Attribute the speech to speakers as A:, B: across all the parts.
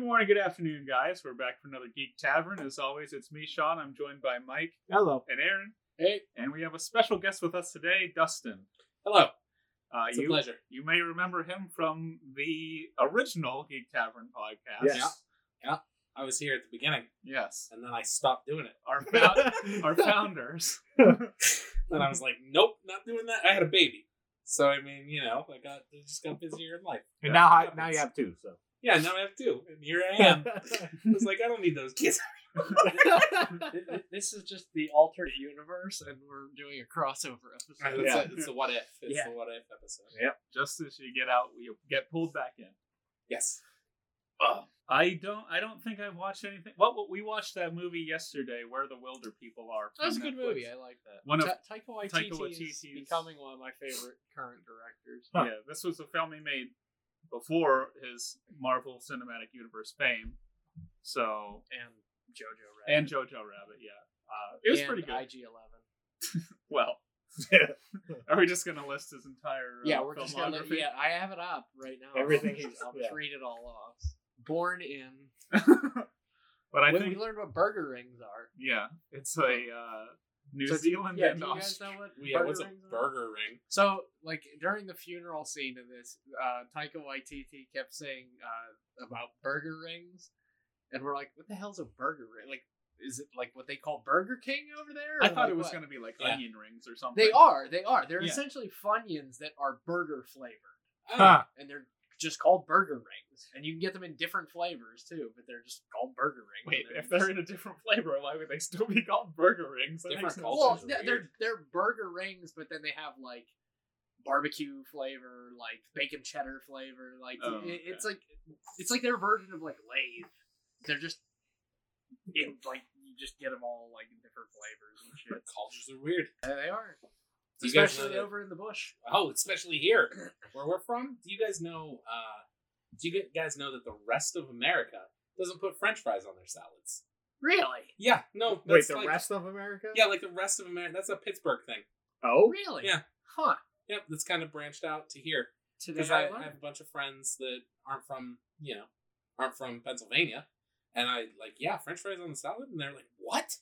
A: morning, good afternoon, guys. We're back for another Geek Tavern. As always, it's me, Sean. I'm joined by Mike
B: Hello.
A: and Aaron,
C: Hey,
A: and we have a special guest with us today, Dustin.
C: hello.
A: Uh,
C: It's a
A: you
C: pleasure.
A: you may remember him from the original Geek Tavern podcast.
B: Yes.
C: I was here at the beginning,
A: Yes.
C: and then I stopped doing it.
A: Our found, our founders.
C: And
D: Mm-hmm.
C: I was like, nope, not doing that. I had a baby, so I mean, you know, I got I just got busier in life.
B: And now, I, now you have two. So.
C: Yeah, now I have two, and here I am. I was like, I don't need those kids.
D: Th- th- this is just the alternate universe, and we're doing a crossover
C: That's
D: episode.
A: Yeah.
C: it. It's the what if. It's
D: Yeah.
C: the what if episode.
A: Just as you get out, you get pulled back in.
C: Yes.
A: I don't. I don't think I watched anything. Well, we watched that movie yesterday, "Where the Wilder People Are."
D: That was a
A: from
D: good
A: Netflix.
D: movie. I like that.
A: One of-
D: Ta- Taika Waititi,
A: Taika
D: is
A: Waititi's-
D: becoming one of my favorite current directors.
B: Huh.
A: Yeah, this was a film he made before his Marvel Cinematic Universe fame. So
D: And Jojo Rabbit.
A: and Jojo Rabbit, yeah, uh, it was
D: And
A: pretty good.
D: IG Eleven.
A: Well, are we just gonna list his entire? Uh,
D: yeah, we're just gonna. Let,
A: filmography?
D: yeah, I have it up right now.
B: Everything
D: I'll just,
B: he's-
D: I'll just
B: yeah.
D: read it all off. Born in.
A: But I
D: when
A: think
D: we learned what burger rings are.
A: yeah, it's a uh, New
D: So do-
A: Zealand
D: Yeah,
A: and
D: do you guys
A: Australia.
D: know what
C: Yeah.
D: burger
C: What's a
D: rings are?
C: burger ring?
D: So, like during the funeral scene of this, uh, Taika Waititi kept saying uh, about burger rings, and we're like, "What the hell's a burger ring? Like, is it like what they call Burger King over there?"
A: I
D: Or,
A: thought
D: like,
A: it was
D: what?
A: gonna be like
C: Yeah.
A: onion rings or something.
D: They are. They are. They're
A: Yeah.
D: essentially funyuns that are burger flavored,
C: Ah,
D: and they're just called burger rings. And you can get them in different flavors too, but they're just called burger rings.
A: Wait,
D: And
A: if they're in a different flavor, why would they still be called burger rings? That makes
C: Different
A: no
D: well,
C: cultures are
D: yeah, they're
C: weird.
D: they're burger rings, but then they have like barbecue flavor, like bacon cheddar flavor, like
A: Oh,
D: it- it's like it's like their version of like lathe. They're just in like you just get them all like in different flavors and shit.
C: Cultures are weird.
D: Yeah, they are,
C: Do you guys know
D: especially
C: that-
D: over in the bush.
C: Oh, especially here where we're from. Do you guys know? uh Do you guys know that the rest of America doesn't put French fries on their salads?
D: Really,
C: Yeah. No.
B: Wait,
C: that's
B: the
C: like-
B: rest of America?
C: Yeah, like the rest of America. That's a Pittsburgh thing.
B: Oh.
D: really,
C: Yeah.
D: huh?
C: Yep, that's kind of branched out to here
D: Today
C: because
D: I,
C: I, I
D: learned.
C: have a bunch of friends that aren't from you know aren't from Pennsylvania, and I like yeah French fries on the salad, and they're like what?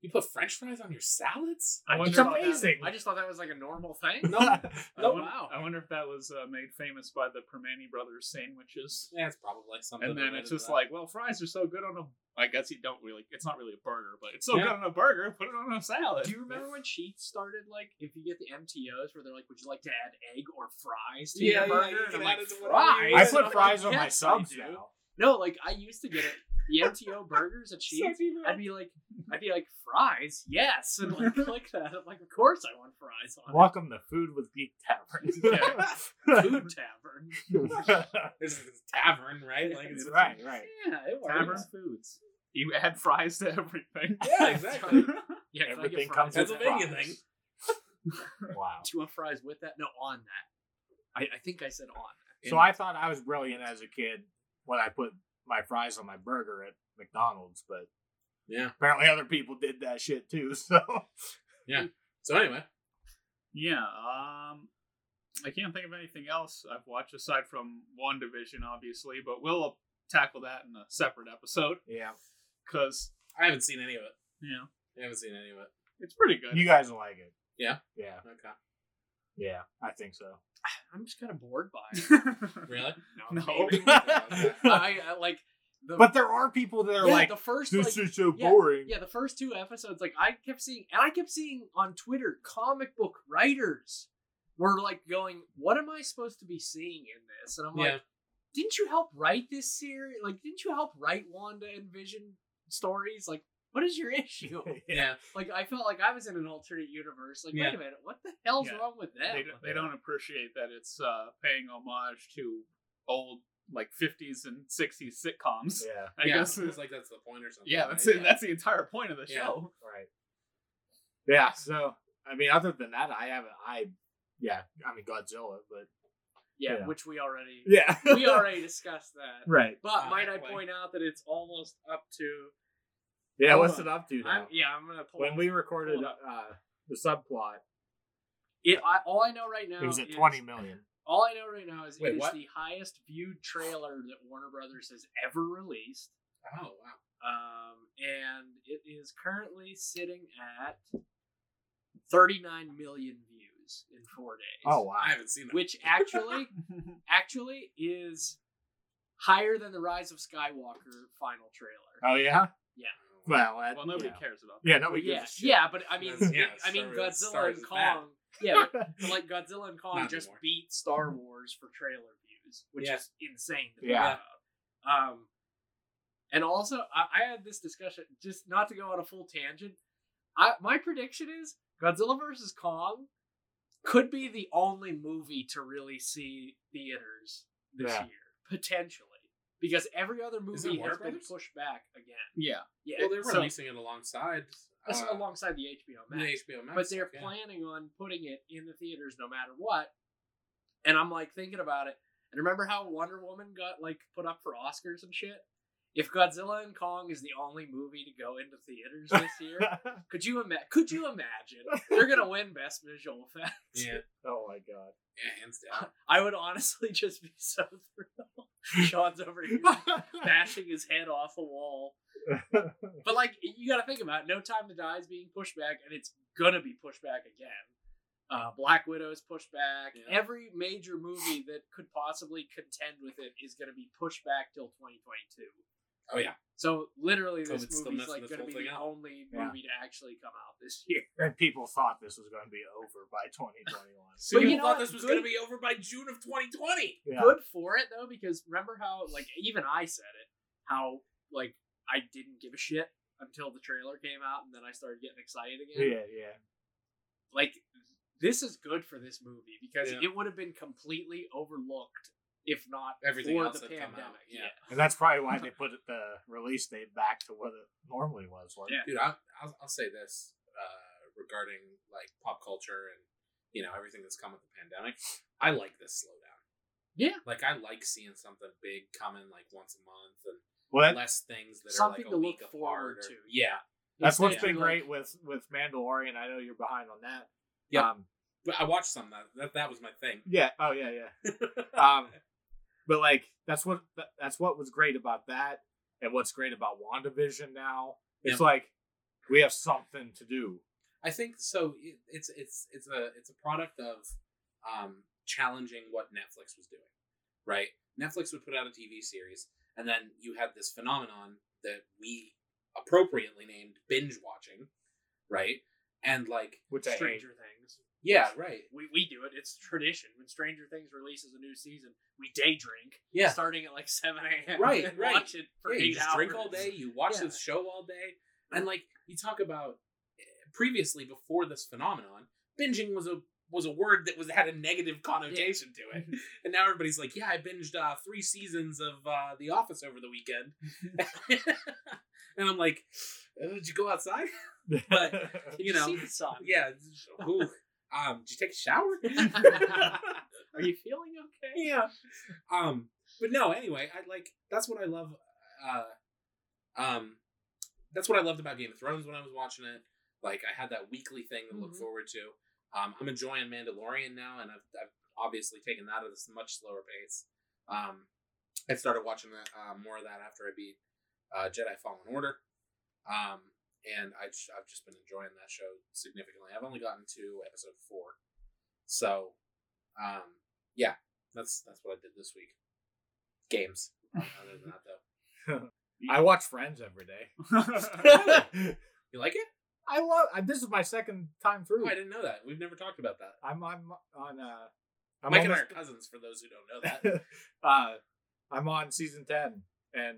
C: You put French fries on your salads?
A: I
B: It's
A: wonder,
D: Thought
A: if,
D: that-
B: amazing.
D: I just thought that was like a normal thing.
C: No.
A: I
C: No.
A: wonder-
D: Wow.
A: I wonder if that was uh, made famous by the Permani brothers sandwiches.
C: Yeah, it's probably like something.
A: and then
C: related
A: it's
C: to
A: just
C: that. uh,
A: like, well, fries are so good on a. I guess you don't really. It's not really a burger, but it's so
C: Yeah.
A: good on a burger. Put it on a salad.
D: Do you remember when Sheets started like if you get the MTOs where they're like, would you like to add egg or fries to
C: Yeah,
D: your
C: yeah,
D: burger?
C: you
D: And
C: can
D: I'm
C: add
D: like,
C: it to whatever you
B: I
D: "Fries?"
C: want.
D: And I'm
B: put fries
D: like,
B: on my
D: "Yes, I
B: subs
D: do."
B: now.
D: No, like I used to get it. The MTO burgers at Sheets. I'd be like, I'd be like fries, yes, and like click that. I'm like, of course I want fries on
B: Welcome to Food with Geek
D: it.
B: Tavern.
D: Food tavern.
C: This is a tavern, right? Like it's
B: right, right.
D: Yeah, it works.
A: Tavern foods. You add fries to everything.
C: Yeah, exactly.
D: Yeah, can I get
B: Everything
D: fries
B: comes
D: with
B: with
D: that?
C: Pennsylvania
B: fries.
C: thing.
B: Wow.
D: Do you want fries with that? No, on that. I, I think I said on. that.
B: So I thought I was brilliant as a kid when I put my fries on my burger at McDonald's, but
C: Yeah.
B: apparently other people did that shit too. So
C: So anyway,
A: Yeah. Um, I can't think of anything else I've watched aside from One Division, obviously, but we'll tackle that in a separate episode
B: yeah,
A: because
C: I haven't seen any of it.
A: you know
C: I haven't seen any of it.
A: it's pretty good.
B: you guys will like it.
C: Yeah?
B: yeah,
C: Okay.
B: yeah. I think so.
D: I'm just kind of bored by it.
C: Really?
D: No,
A: No.
D: I'm kidding. I, I like the
B: But there are people that are
D: yeah,
B: like,
D: the first
B: this
D: like,
B: is so
D: yeah,
B: boring.
D: yeah the first two episodes like I kept seeing and I kept seeing on Twitter comic book writers were like going what am I supposed to be seeing in this and I'm
C: Yeah.
D: like didn't you help write this series like didn't you help write Wanda and Vision stories like what is your issue
C: Yeah.
D: like I felt like I was in an alternate universe like
C: Yeah.
D: wait a minute what the hell's
A: Yeah.
D: wrong with that
A: they, don't- they don't appreciate that it's uh, paying homage to old like 50s and 60s sitcoms.
B: yeah,
A: I
C: yeah,
A: guess
C: it's
A: it's,
C: like that's the point or something.
A: yeah, that's
C: right?
A: it. That's the entire point of the
C: Yeah.
A: show.
B: right. Yeah, so I mean, other than that, I haven't. I yeah, I mean Godzilla, but
D: yeah,
B: Yeah.
D: which we already
B: yeah,
D: we already discussed that
B: right.
D: But
C: Uh,
D: might I
C: like-
D: point out that it's almost up to?
B: Yeah,
D: Hold
B: what's
D: on.
B: it up to now?
D: I'm, yeah, I'm gonna pull.
B: when we recorded
D: hold
B: uh, the subplot,
D: it, I, all I know right now
B: it was at
D: is
B: twenty million.
D: All I know right now is
C: Wait,
D: it is
C: what?
D: the highest viewed trailer that Warner Brothers has ever released.
C: Oh wow.
D: Um, and it is currently sitting at 39 million views in four days.
B: Oh wow.
C: I haven't seen that.
D: Which actually, actually is higher than the Rise of Skywalker final trailer.
B: Oh yeah.
C: Wow.
B: Well, that,
A: well, nobody
B: yeah.
A: cares about that.
B: Yeah, nobody
D: yeah,
B: gives a shit.
D: yeah, but I mean,
C: That's- yeah,
D: I mean,
C: Star Wars- Star
D: Godzilla and
C: Wars is bad.
D: Kong. Yeah, but, but like Godzilla and Kong
C: Not
D: just
C: anymore.
D: beat Star Wars for trailer views, which
C: Yeah.
D: is insane. To
B: Yeah.
D: yeah. Um, and also, I, I had this discussion just not to go on a full tangent. I my prediction is Godzilla versus Kong could be the only movie to really see theaters this
B: Yeah.
D: year potentially because every other
C: Is it
D: movie
C: Warner
D: has been
C: Brothers?
D: pushed back again.
A: Yeah.
D: Yeah,
C: Well, they're
D: so-
C: releasing it alongside
D: that's
C: uh,
D: alongside the HBO
C: the
D: Max
C: HBO Max.
D: but they're
C: yeah.
D: planning on putting it in the theaters no matter what. And I'm like thinking about it. And remember how Wonder Woman got like put up for Oscars and shit? If Godzilla and Kong is the only movie to go into theaters this year, could you imagine? Could you imagine? They're gonna win Best Visual Effects.
C: Yeah,
B: oh my god.
C: yeah, hands down.
D: I would honestly just be so thrilled. Sean's over here bashing his head off a wall. But like you got to think about it. No Time to Die is being pushed back, and it's gonna be pushed back again. Uh, Black Widow is pushed back.
C: Yeah.
D: Every major movie that could possibly contend with it is gonna be pushed back till 2022.
C: Oh yeah,
D: So literally,
C: So
D: this
C: it's still
D: movie's
C: messing
D: like
C: this
D: gonna be
C: whole thing
D: the
C: up.
D: only
B: Yeah.
D: movie to actually come out this year.
B: and people thought this was going to be over by 2021.
A: So
D: But
C: people
D: you know
C: thought
D: what?
C: this was
D: Good-
C: going to be over by June of 2020.
B: Yeah.
D: Good for it though, because remember how like even I said it, how like I didn't give a shit until the trailer came out, and then I started getting excited again.
B: Yeah, yeah.
D: like this is good for this movie because
C: Yeah.
D: it would have been completely overlooked if not
C: Everything
D: for
C: else
D: the
C: had come out,
D: pandemic.
C: yeah.
B: And that's probably why they put it- the release date back to what it normally was. Like,
D: Yeah.
C: Dude, I, I'll, I'll say this uh, regarding like pop culture and you know everything that's come with the pandemic. I like this slowdown.
D: Yeah.
C: like I like seeing something big coming like once a month and
B: Well, that,
C: less things that
D: Something
C: are like
D: to
C: a
D: look
C: week
D: forward
C: apart. Or,
D: to.
C: Yeah,
B: that's what's
D: Instead
B: been
D: of,
B: great
D: like-
B: with with Mandalorian. I know you're behind on that.
C: Yeah.
B: Um,
C: but I watched some that that, that was my thing.
B: yeah. Oh, yeah, yeah. um, but like that's what that's what was great about that, and what's great about WandaVision now. It's like we have something to do.
C: I think so. It, it's it's it's a it's a product of um, challenging what Netflix was doing, right? Netflix would put out a TV series, and then you had this phenomenon that we appropriately named binge watching, right? And like,
B: Which I hate.
D: Stranger Things.
C: yeah, right,
D: We, we do it. It's tradition. When Stranger Things releases a new season, we day drink.
C: Yeah.
D: Starting at like seven a.m.
C: Right,
D: and
C: right.
D: Watch it for
C: Yeah,
D: eight
C: you just
D: hours.
C: drink all day, you watch
D: Yeah.
C: this show all day, and like you talk about eh, previously before this phenomenon, binging was a was a word that was had a negative connotation to
D: Mm-hmm.
C: it, and now everybody's like, yeah, I binged uh, three seasons of uh, The Office over the weekend, and I'm like, "Uh, did you go outside? But-
D: Did
C: you know.
D: see the sun?
C: yeah, ooh, um, did you take a shower?
D: Are you feeling okay?
C: yeah. Um, but no, anyway, I like that's what I love. Uh, um, that's what I loved about Game of Thrones when I was watching it. Like I had that weekly thing to look
D: Mhm.
C: forward to. Um, I'm enjoying Mandalorian now, and I've, I've obviously taken that at a much slower pace. Um, I started watching that, uh, more of that after I beat uh, Jedi Fallen Order. Um, and I just, I've just been enjoying that show significantly. I've only gotten to episode four, so um, yeah, that's that's what I did this week. Games. Other than that, though,
B: I watch Friends every day.
C: you like it?
B: I love. I, this is my second time through.
C: Oh, I didn't know that. We've never talked about that.
B: I'm I'm on uh I'm
C: Mike
B: on
C: and I are
B: this-
C: cousins. For those who don't know that,
B: uh I'm on season ten and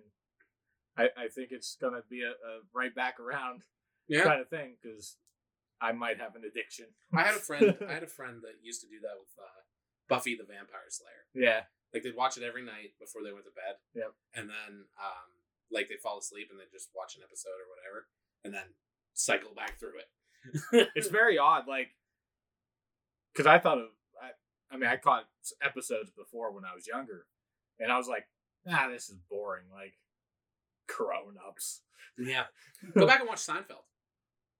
B: I I think it's gonna be a, a right back around
C: yeah.
B: kind of thing because I might have an addiction.
C: I had a friend. I had a friend that used to do that with uh, Buffy the Vampire Slayer.
B: yeah.
C: Like they'd watch it every night before they went to bed.
B: Yep.
C: And then, um, like they'd fall asleep and they'd just watch an episode or whatever, and then cycle back through it.
B: It's very odd, like because I thought of I I mean I caught s- episodes before when I was younger, and I was like, nah, this is boring. Like grown ups.
C: yeah. Go back and watch Seinfeld.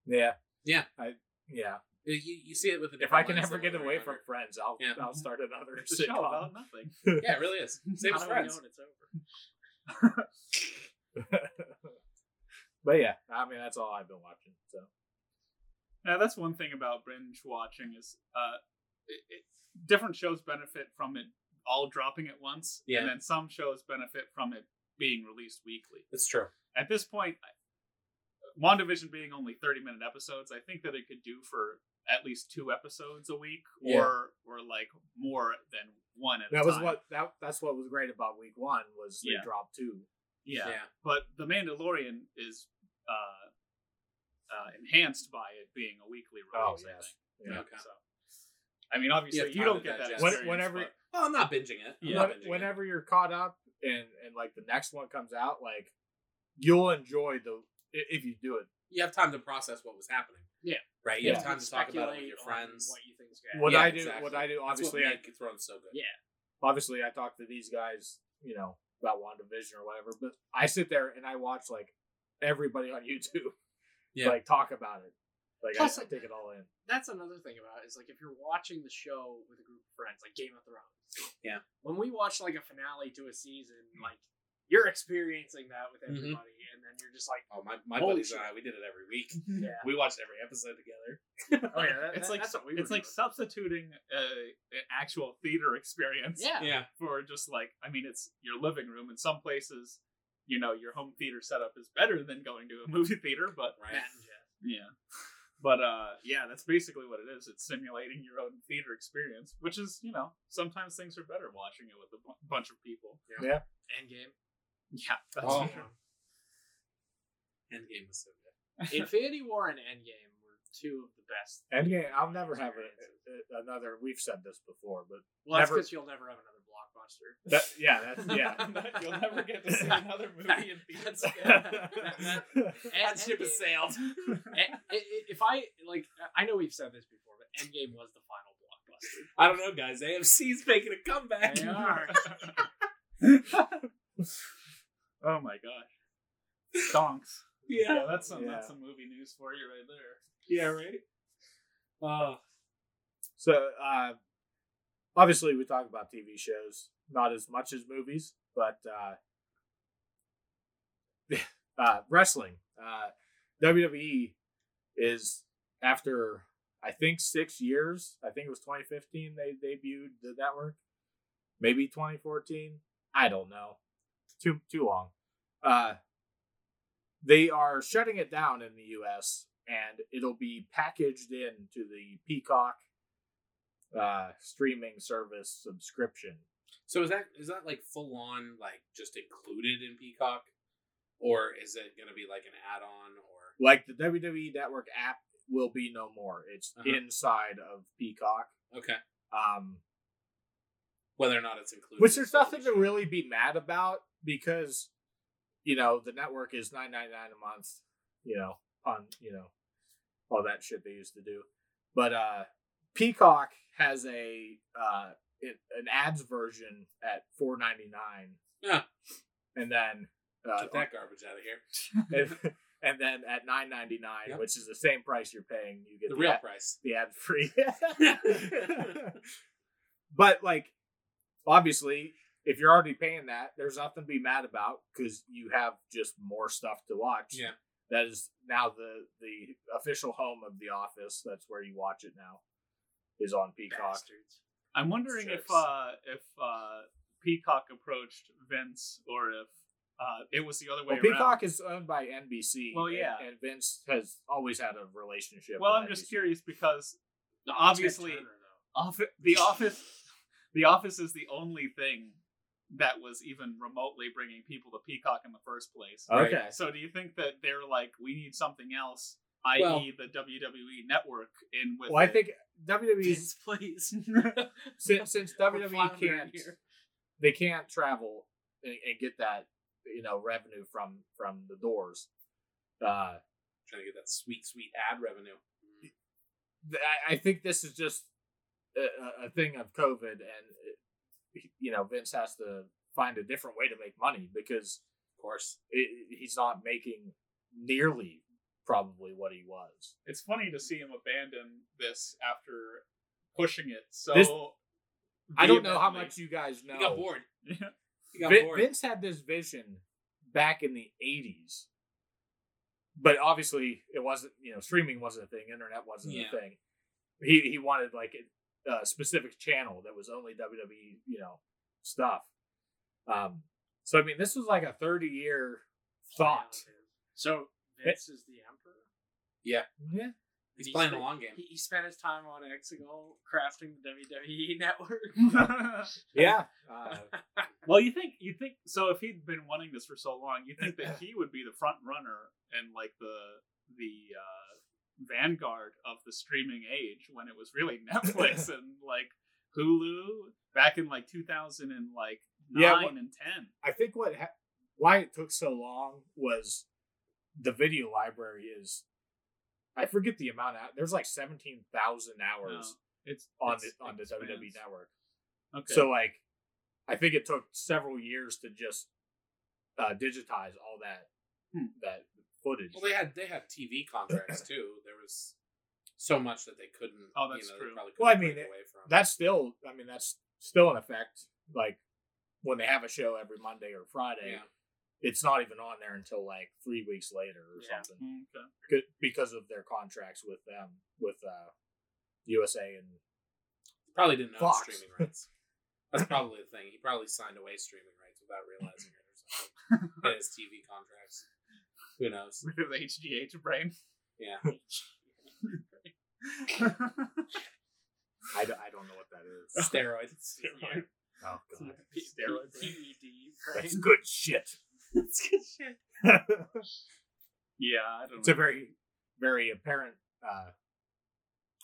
B: Yeah.
C: Yeah.
B: I yeah.
C: You, you see it with the
B: If I
C: different
B: can
C: lens
B: ever
C: than
B: get
C: what I
B: away from
C: remember.
B: Friends, I'll
C: Yeah.
B: I'll start another
A: It's a show
B: sitcom.
A: about nothing.
C: yeah, it really is. Same
D: How
C: as
D: do we know
C: friends.
D: when it's over?
B: But yeah, I mean that's all I've been watching. So
A: Now that's one thing about binge watching is uh, it, it, different shows benefit from it all dropping at once,
C: Yeah.
A: and then some shows benefit from it being released weekly.
C: It's true.
A: At this point, I- WandaVision being only thirty-minute episodes, I think that it could do for at least two episodes a week, or
B: Yeah.
A: or like more than one at a
B: that was
A: time.
B: what that that's what was great about week one was they
A: Yeah.
B: dropped two.
A: yeah. but the Mandalorian is uh, uh, enhanced by it being a weekly release.
B: Oh, yes.
A: I think.
C: Yeah. Okay.
A: So, I mean, obviously,
C: have
A: you
C: time
A: don't
C: to
A: get that.
C: digest.
B: When-
A: experience,
B: whenever-
A: but-
C: Oh, I'm not binging it. I'm
A: Yeah.
C: not
B: When-
C: binging
B: whenever you're caught up and and like the next one comes out, like you'll enjoy the i- if you do it.
C: it. you have time to process what was happening.
A: Yeah.
C: Right. You
B: Yeah.
C: have time to talk about it
D: Speculate
C: with your
D: on
C: friends.
D: What you think's going
B: What
C: Yeah,
B: I do,
C: exactly.
B: what I do,
C: That's
B: obviously,
C: what
B: I
C: made Game of Thrones so good.
D: Yeah.
B: obviously I talk to these guys, you know, about WandaVision or whatever, but I sit there and I watch like everybody on YouTube
C: Yeah.
B: like talk about it. Like
D: Plus,
B: I, I
D: like-
B: take it all in.
D: that's another thing about it is like if you're watching the show with a group of friends, like Game of Thrones.
C: Yeah.
D: When we watch like a finale to a season, like you're experiencing that with
C: Mhm.
D: everybody, and then you're just like,
C: Oh, my, my
D: Holy
C: buddies
D: shit.
C: and I, we did it every week.
D: yeah,
C: We watched every episode together.
D: oh yeah, that,
A: It's
D: that-
A: like-
D: that's what we
A: it's
D: were
A: like
D: doing.
A: substituting uh, an actual theater experience
D: yeah,
C: Yeah.
A: for just like I mean, it's your living room. In some places, you know, your home theater setup is better than going to a movie theater, but
C: Right.
D: Matt and Jeff.
A: Yeah. But uh yeah, that's basically what it is. It's simulating your own theater experience, which is, you know, sometimes things are better watching it with a bu- bunch of people.
D: Endgame.
A: Yeah. That's
C: Oh.
A: true.
C: Endgame was so good.
D: Infinity War and Endgame were two of the best.
B: And yeah, I'll never have a, a, another. We've said this before, but
D: Well, that's
B: Never-
D: because you'll never have another blockbuster.
B: that, yeah, that's yeah.
A: You'll never get to see another movie in theaters.
C: That ship has
D: Endgame-
C: sailed.
D: Eh, eh, eh, if I like, I know we've said this before, but Endgame was the final blockbuster.
C: I don't know, guys. AFC's making a comeback.
D: They are.
A: oh my gosh. Stonks.
C: Yeah.
A: Yeah, that's some
B: Yeah.
A: that's some movie news for you right there.
C: Yeah, right?
D: Uh,
C: Oh,
B: So uh, obviously, we talk about TV shows not as much as movies, but uh, uh, wrestling. Uh, WWE is after I think six years. I think it was 2015 they debuted the network. Maybe 2014. I don't know. Too too long. Uh, they are shutting it down in the U.S. and it'll be packaged into the Peacock uh streaming service subscription.
C: so is that is that like full on like just included in Peacock, or is it gonna be like an add on or
B: Like the WWE Network app will be no more. It's
C: Uh-huh.
B: inside of Peacock.
C: okay
B: Um
C: whether or not it's included?
B: which
C: is
B: there's
C: still
B: nothing
C: the
B: to
C: show.
B: really be mad about because you know, the network is 9.99 a month, you know, on, you know, all that shit they used to do. But uh Peacock has a uh it, an ads version at 4.99.
C: Yeah.
B: And then uh,
C: Get that garbage out of here.
B: and, and then at nine ninety nine,
C: Yep.
B: which is the same price you're paying, you get
C: The
B: the,
C: real
B: ad,
C: price.
B: the ad free. but like, obviously, if you're already paying that, there's nothing to be mad about because you have just more stuff to watch.
C: Yeah.
B: that is now the the official home of the office. That's where you watch it now. Is on Peacock.
D: Bastards.
A: I'm wondering if
C: Jerks.
A: uh, if uh, Peacock approached Vince or if uh, it was the other way
B: Well,
A: around.
B: Peacock is owned by NBC.
A: Well,
B: and-
A: yeah.
B: and, Vince has always had a relationship.
A: Well,
B: with
A: I'm just
B: NBC.
A: curious because obviously,
D: Ted Turner, though.
A: offi- the office, the office is the only thing that was even remotely bringing people to Peacock in the first place.
C: Right.
B: Okay,
A: So, do you think that they're like, we need something else, i.e.,
C: Well-
A: the WWE Network in with?
B: well, I
A: it?
B: think E WWE's
D: please.
B: since, since WWE
D: floundering
B: can't
D: here.
B: they can't travel and, and get that you know revenue from from the doors. Uh,
C: Trying to get that sweet sweet ad revenue.
B: th- I, I think this is just a, a- a thing of COVID, and uh, you know Vince has to find a different way to make money because
C: Of course.
B: it, he's not making nearly probably what he was.
A: It's funny to see him abandon this after pushing it so.
B: This- I don't know how
A: vehemently.
B: much you guys know.
C: He got bored.
A: Yeah.
C: He got
B: Vin-
C: bored.
B: Vince had this vision back in the '80s, but obviously it wasn't. You know, streaming wasn't a thing. Internet wasn't
C: Yeah.
B: a thing. He he wanted like a, a specific channel that was only WWE. You know, stuff. Um. So I mean, this was like a 30 year thought.
D: So Vince is the emperor.
B: Yeah.
C: He's
D: He
C: playing the
D: spent-
C: long game.
D: He, he spent his time on Exegol crafting the WWE network.
B: Yeah. Uh,
A: well, you think you think so? If he'd been wanting this for so long, you think that he would be the front runner and like the the uh, vanguard of the streaming age when it was really Netflix and like Hulu back in like two thousand and like nine
B: Yeah, wha-
A: and ten.
B: I think what ha- why it took so long was the video library is I forget the amount out. There's like seventeen thousand hours
A: It's
B: on
A: it's
B: the on the
A: expanse.
B: WWE network.
A: Okay.
B: So like, I think it took several years to just uh, digitize all that
A: Hmm.
B: that footage.
C: Well, they had they had TV contracts too. There was so much that they couldn't.
A: Oh, that's
C: you know,
A: true.
C: They probably couldn't
B: Well, I mean,
C: break
B: it-
C: away from.
B: that's still I mean that's still in effect. Like when they have a show every Monday or Friday,
C: yeah.
B: it's not even on there until like three weeks later or
D: Yeah.
B: something.
A: Okay.
B: good because of their contracts with them with uh USA and
C: Probably didn't own
B: Fox.
C: streaming rights. That's probably the thing. He probably signed away streaming rights without realizing it or something. in his TV contracts. Who knows?
A: Rid of the HGH brain.
C: Yeah.
B: I, d- I don't know what that is.
C: Steroids.
A: Steroid.
B: Oh god,
A: Steroid brain.
D: E
B: that's good shit.
A: Yeah, I don't
B: it's a
A: know.
B: very very apparent. uh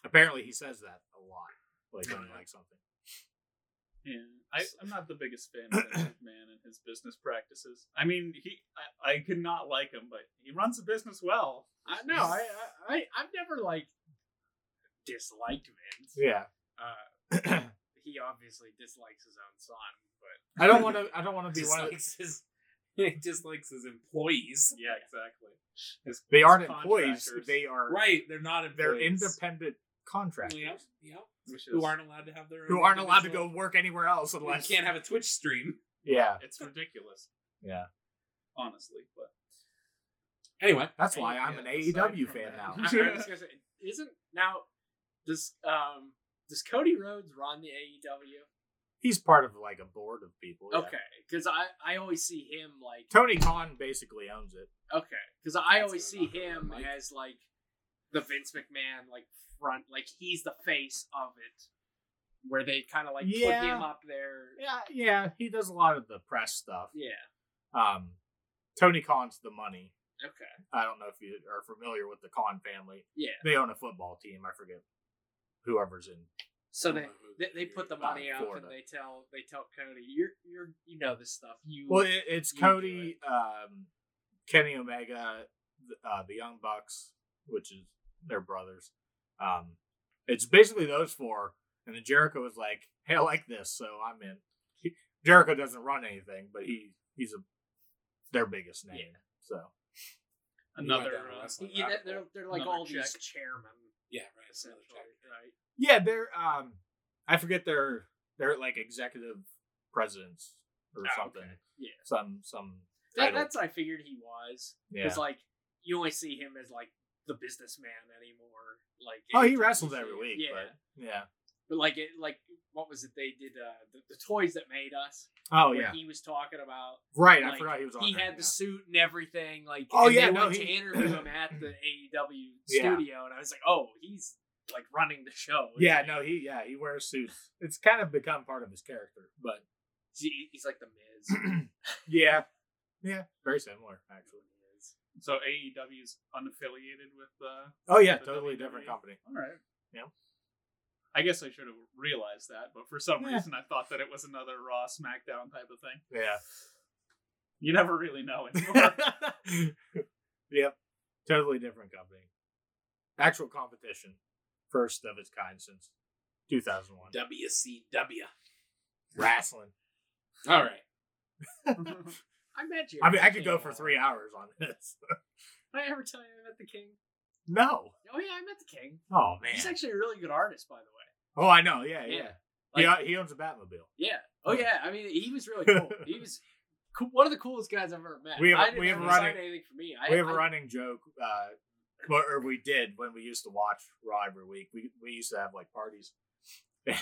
B: Apparently, he says that a lot. Like when he likes something.
A: Yeah, I, I'm not the biggest fan of that man and his business practices. I mean, he I, I could not like him, but he runs the business well.
D: I no, I, I, I, I've never like disliked Vince.
B: Yeah,
D: Uh, he obviously dislikes his own son, but
B: I don't want to. I don't want to be one of.
C: dislikes his. He dislikes his employees.
A: Yeah, exactly. His-
B: They
A: his
B: aren't employees.
A: contractors,
B: They are.
C: Right, they're not employees.
B: They're independent contractors
C: Yep, yep.
A: which is,
C: Who aren't allowed to have their own.
B: who aren't allowed to go
C: individual-
B: work anywhere else
C: They
B: unless.
C: can't have a Twitch stream.
B: Yeah,
A: It's ridiculous,
B: yeah.
A: honestly. But
C: Anyway,
B: That's why I'm
A: Yeah,
B: an
A: aside
B: AEW
A: from
B: fan
A: that.
B: now.
D: I, I was gonna say, isn't now does um does Cody Rhodes run the AEW?
B: He's part of like a board of people. yeah.
D: Okay, because I I always see him like
B: Tony Khan basically owns it.
D: okay, because I
C: That's
D: always
C: what
D: see
C: I'm talking
D: him
C: about, Mike.
D: as like the Vince McMahon like front, like he's the face of it, where they kind of like put
B: Yeah.
D: him up there.
B: Yeah, yeah, he does a lot of the press stuff.
D: Yeah.
B: Um, Tony Khan's the money.
D: Okay.
B: I don't know if you are familiar with the Khan family.
D: Yeah.
B: They own a football team. I forget whoever's in.
D: So
C: I
D: they,
C: don't know who
D: they they put the money
B: Uh,
D: up
B: Florida.
D: and they tell they tell Cody you're you're you know this stuff you
B: Well, it, it's
D: You do
B: Cody, um, Kenny Omega, th- uh, the Young Bucks, which is their brothers. Um, it's basically those four, and then Jericho was like, "Hey, I like this, so I'm in." He- Jericho doesn't run anything, but he he's a their biggest name. So
C: He went
A: another
C: down a
A: uh,
C: wrestling
D: yeah,
C: rabbit
D: they're
C: hole.
D: they're like
A: Another
D: all these
A: check.
D: chairmen
C: yeah, right. it's another
D: essentially
C: check.
D: right
B: yeah, they're um, I forget their their like executive presidents or
D: Oh,
B: something.
D: okay. Yeah.
B: some some.
D: that,
B: title.
D: that's what I figured he was
B: yeah.
D: because like you only see him as like the businessman anymore like
B: Oh, he
D: anytime you
B: wrestles
D: see
B: every
D: him.
B: week.
D: yeah
B: But, yeah.
D: but like it like what was it they did uh the, the toys that made us
B: Oh
D: where
B: yeah.
D: he was talking about
B: Right. I
D: like,
B: forgot he was on.
D: he
B: there,
D: had
B: yeah.
D: the suit and everything. Like,
B: Oh,
D: and
B: yeah,
D: they
B: no,
D: went to
B: he-
D: interview him at the AEW
B: Yeah.
D: studio, and I was like, oh, he's like running the show.
B: Yeah, no, he yeah he wears suits. It's kind of become part of his character, but
D: He- he's like the Miz.
B: yeah, yeah, very similar actually.
A: so AEW's unaffiliated with. Uh,
B: Oh yeah,
A: The
B: totally
A: WWE.
B: different company.
A: all right.
B: Yeah.
A: I guess I should have realized that, but for some
B: Yeah.
A: reason I thought that it was another Raw SmackDown type of thing.
D: E.
B: Yeah,
A: You never really know anymore.
B: yep, totally different company. Actual competition, first of its kind since 2001.
C: WCW.
B: Wrestling.
C: All right.
D: I met you.
B: I mean, I could go for three hours on this.
D: Did I ever tell you I met the king?
B: no.
D: Oh yeah, I met the king.
B: Oh
D: He's
B: man.
D: actually a really good artist, by the
B: Oh, I know. Yeah,
D: way.
B: yeah.
D: like-
B: he, he owns a Batmobile.
D: Yeah. Oh yeah. I mean, he was really cool. he was cool, one of the coolest guys I've ever met.
B: We have-
D: I didn't
B: we have
D: have
B: a
D: him sign
B: running-
D: anything for me. I,
B: we have a
D: I-
B: running joke, uh, but, or we did when we used to watch Raw every week. We we used to have like parties.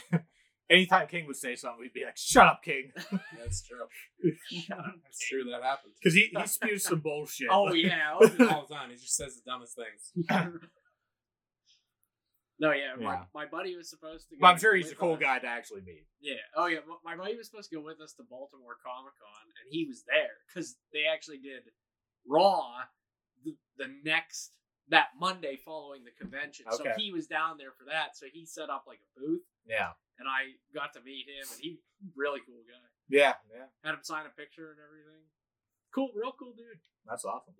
B: Anytime King would say something, we'd be like, "Shut up, King,"
C: That's true. That's true. That happened.
B: because he, he spews some bullshit.
D: Oh yeah.
C: All the time. He just says the dumbest things.
D: no, yeah. My,
B: Yeah.
D: my buddy was supposed to. Go
B: but I'm sure he's a
D: with
B: cool
D: us.
B: guy to actually meet.
D: Yeah. Oh yeah. my- My buddy was supposed to go with us to Baltimore Comic Con, and he was there because they actually did Raw the, the next that Monday following the convention. So
B: Okay.
D: he was down there for that. So he set up like a booth,
B: Yeah,
D: and I got to meet him, and he really cool guy.
B: yeah, yeah.
D: Had him sign a picture and everything. Cool, real cool dude.
B: That's awesome.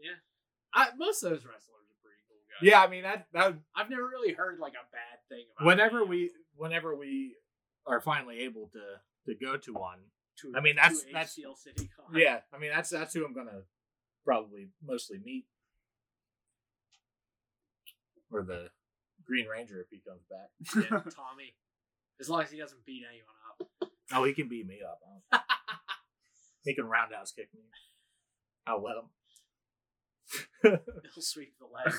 D: I, most of those wrestlers are pretty cool guys.
B: Yeah, I mean that that
D: I've never really heard like a bad thing about.
B: whenever
D: any of
B: we
D: them.
B: whenever we are finally able to to go to one.
D: To-
B: I mean,
D: to
B: that's- that's-
D: HCL City Con.
B: Yeah, I mean that's that's who I'm gonna probably mostly meet. Or the Green Ranger if he comes back.
D: yeah, Tommy. As long as he doesn't beat anyone up.
B: Oh, he can beat me up. I don't- he can roundhouse kick me. I'll let him.
D: He'll sweep the leg.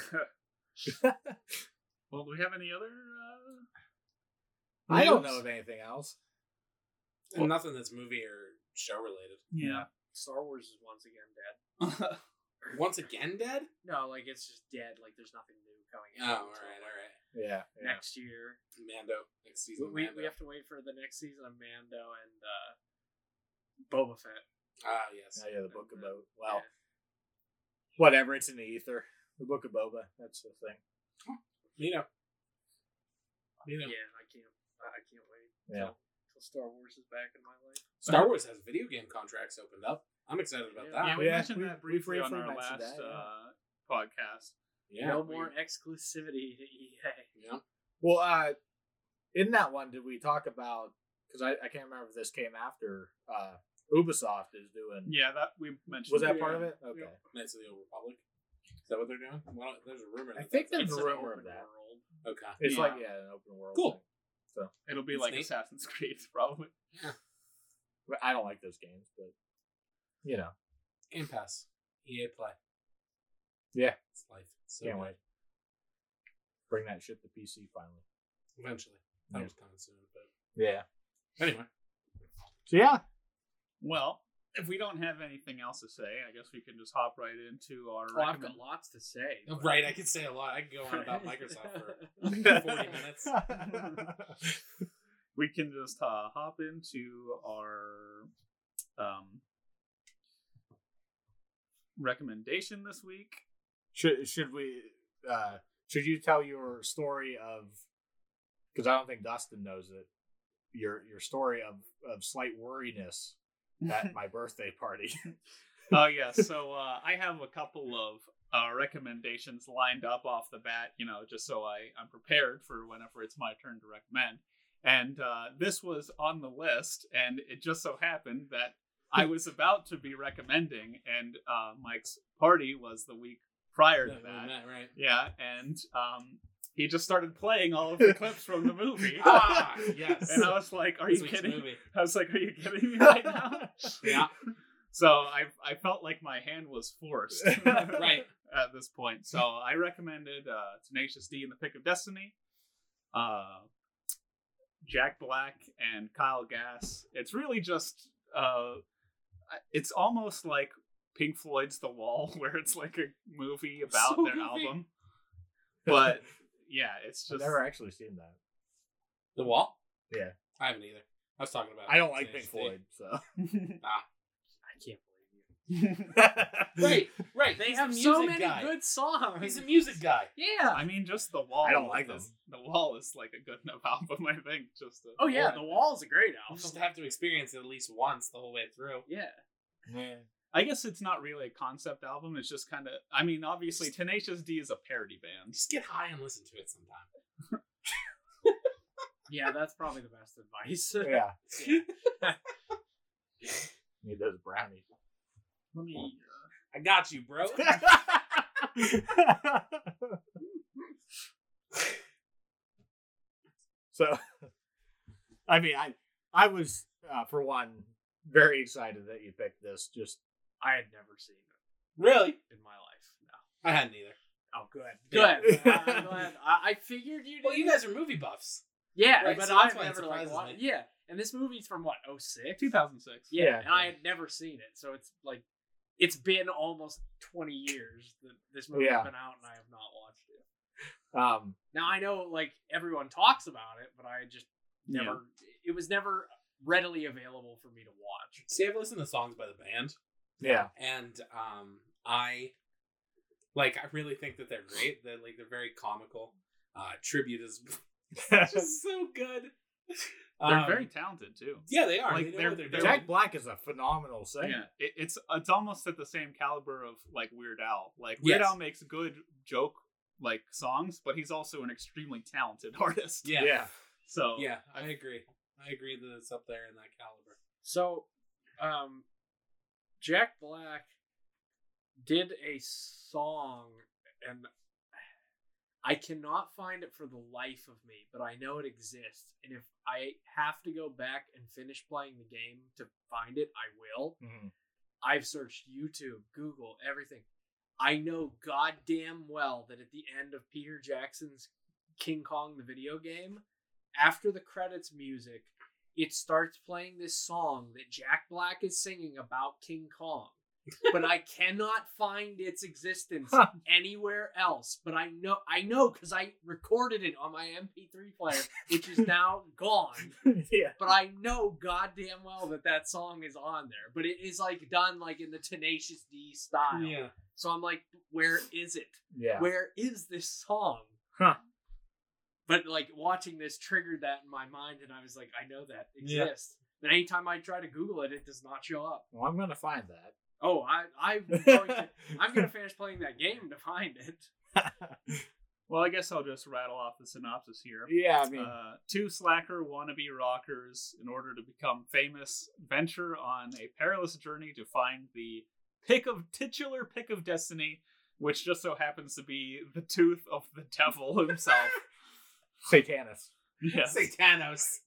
A: well, do we have any other? Uh...
B: I don't
A: Oops.
B: know of anything else.
C: Well, nothing that's movie or show related.
A: Yeah.
D: Star Wars is once again dead.
C: Once again, dead.
D: No, like it's just dead. Like there's nothing new coming out.
C: Oh, all right, all
D: until, like,
C: right.
B: Yeah. yeah.
D: Next year,
C: Mando next
D: we,
C: season.
D: we,
C: Mando.
D: we have to wait for the next season of Mando and uh, Boba Fett.
C: Ah, yes.
B: Oh, yeah, the Book of Boba. Well, whatever. It's in the ether. The Book of Boba. That's the thing.
C: Nino. Nino.
D: Yeah, I can't. I I can't wait.
B: Yeah.
D: Till, till Star Wars is back in my life.
C: Star Wars has video game contracts opened up. I'm excited about
D: Yeah.
C: that.
A: yeah, we
B: Yeah,
A: mentioned
B: we-
A: that
B: we
A: briefly on
B: briefly
A: our last
B: mentioned that, yeah.
A: uh, podcast.
C: Yeah,
D: no
C: we-
D: more exclusivity to EA.
C: Yeah.
B: Well, uh, in that one, did we talk about? Because I, I can't remember if this came after uh, Ubisoft is doing.
A: Yeah, that we mentioned.
B: Was that
A: it.
B: part of it? Okay.
C: Knights of the Old Republic. Is that what they're doing? Well, there's a rumor.
B: I
C: that
B: think
C: that's
B: there's
D: It's
B: a
D: an
B: rumor
D: open
B: of that.
D: world.
C: Okay.
B: It's
A: Yeah.
B: like yeah, an open world.
C: Cool.
B: thing.
A: It'll be
C: It's
A: like
C: neat.
A: Assassin's Creed, probably.
B: But I don't like those games, but you know,
C: Game Pass. EA Play.
B: Yeah.
C: It's life. It's so
B: can't
C: good.
B: wait. Bring that shit to PC finally.
C: Eventually. That
B: Yeah.
C: was coming soon, but
B: Yeah.
C: anyway.
B: So yeah,
A: Well, if we don't have anything else to say, I guess we can just hop right into our.
D: Oh, I've got
A: recommend-
D: lots to say. but-
C: Right, I could say a lot. I could go on about Microsoft for 40 minutes.
A: we can just uh, hop into our um, recommendation this week.
B: should should we? Uh, should you tell your story of? Because I don't think Dustin knows it. Your your story of of slight worriness at my birthday party.
A: Oh yeah, so uh, I have a couple of uh, recommendations lined up off the bat, you know, just so I I'm prepared for whenever it's my turn to recommend. And uh, this was on the list, and it just so happened that I was about to be recommending, and uh, Mike's party was the week prior to
C: Other than
A: that.
C: that, right.
A: Yeah, and um, he just started playing all of the clips from the movie.
C: Ah, yes.
A: And I was like, "Are
C: This
A: you
C: week's
A: kidding?"
C: Movie.
A: I was like, "Are you kidding me right now?"
C: Yeah.
A: So I I felt like my hand was forced
C: Right.
A: at this point. So I recommended uh, Tenacious D in the Pick of Destiny, uh, Jack Black and Kyle Gass. It's really just uh, it's almost like Pink Floyd's The Wall, where it's like a movie about
C: So
A: their
C: goofy.
A: album. But yeah, it's
B: I've
A: just
B: never actually seen that.
C: The Wall?
B: Yeah.
C: I haven't either. I was talking about
B: I don't like Pink
C: Tenacious D.
B: Floyd, so
D: I can't believe you.
C: Right, right.
D: They
C: He's a
D: have so
C: music
D: many
C: guy.
D: good songs.
C: He's a music guy.
D: yeah.
A: I mean, just the wall.
B: I don't like
A: is- The wall is like a good enough album, I think. Just to,
D: Oh yeah, The Wall's a great
C: You
D: album.
C: just have to experience it at least once the whole way through.
D: Yeah.
B: yeah.
A: I guess it's not really a concept album. It's just kind of. I mean, obviously, Tenacious D is a parody band.
C: Just get high and listen to it sometime.
D: Yeah, that's probably the best advice.
B: yeah.
D: Yeah.
B: Need those brownies.
A: Let me.
D: uh,
C: I got you, bro.
B: so, I mean, I I was uh, for one very excited that you picked this. Just
D: I had never seen it
C: really?
D: in my life. No.
C: I hadn't either.
D: Oh, good.
C: Yeah.
D: Good. I'm glad. I, I figured you did.
C: Well, you guys are movie buffs.
D: yeah,
C: Right,
D: but
C: so that's
D: I've
C: why it
D: never like
C: surprises
D: watched.
C: me.
D: Yeah, and this movie's from what 06?
A: 2006.
D: Yeah,
B: Yeah.
D: and I had never seen it, so it's like it's been almost twenty years that this movie's
B: Yeah.
D: been out, and I have not watched it.
B: um,
D: Now I know like everyone talks about it, but I just never. It was never readily available for me to watch.
C: See, I've listened to songs by the band,
B: yeah,
C: and um, I like. I really think that they're great. They're like they're very comical. Uh, tribute is just so good.
A: They're
C: Um,
A: very talented too.
C: Yeah, they are.
A: like,
C: they know
A: they're-
C: what they're
A: they're-
C: doing.
B: Jack Black is a phenomenal singer.
A: Yeah, it, it's it's almost at the same caliber of like Weird Al. Like Weird
C: Yes.
A: Al makes good joke like songs, but he's also an extremely talented artist.
C: yeah. yeah,
B: yeah.
A: So
C: I agree. I agree that it's up there in that caliber.
D: So, um, Jack Black did a song, and I cannot find it for the life of me, but I know it exists. And if I have to go back and finish playing the game to find it, I will.
B: Mhm.
D: I've searched YouTube, Google, everything. I know goddamn well that at the end of Peter Jackson's King Kong the video game, after the credits music, it starts playing this song that Jack Black is singing about King Kong. but I cannot find its existence anywhere else. But I know I know because I recorded it on my MP3 player, which is now gone
B: Mm-hmm. yeah,
D: but I know goddamn well that that song is on there. But it is like done like in the Tenacious D style.
C: Yeah,
D: So I'm like, where is it?
B: yeah.
D: Where is this song?
B: Huh.
D: But like watching this triggered that in my mind, and I was like, I know that
C: Yeah.
D: exists. And anytime I try to Google it, it does not show up.
B: Well, I'm gonna find that.
D: Oh, I I'm going to, I'm gonna finish playing that game to find it.
A: Well, I guess I'll just rattle off the synopsis here.
B: yeah, I mean,
A: Uh, two slacker wannabe rockers, in order to become famous, venture on a perilous journey to find the pick of titular pick of destiny, which just so happens to be the tooth of the devil himself.
B: Satanus.
A: yes.
C: Satanos.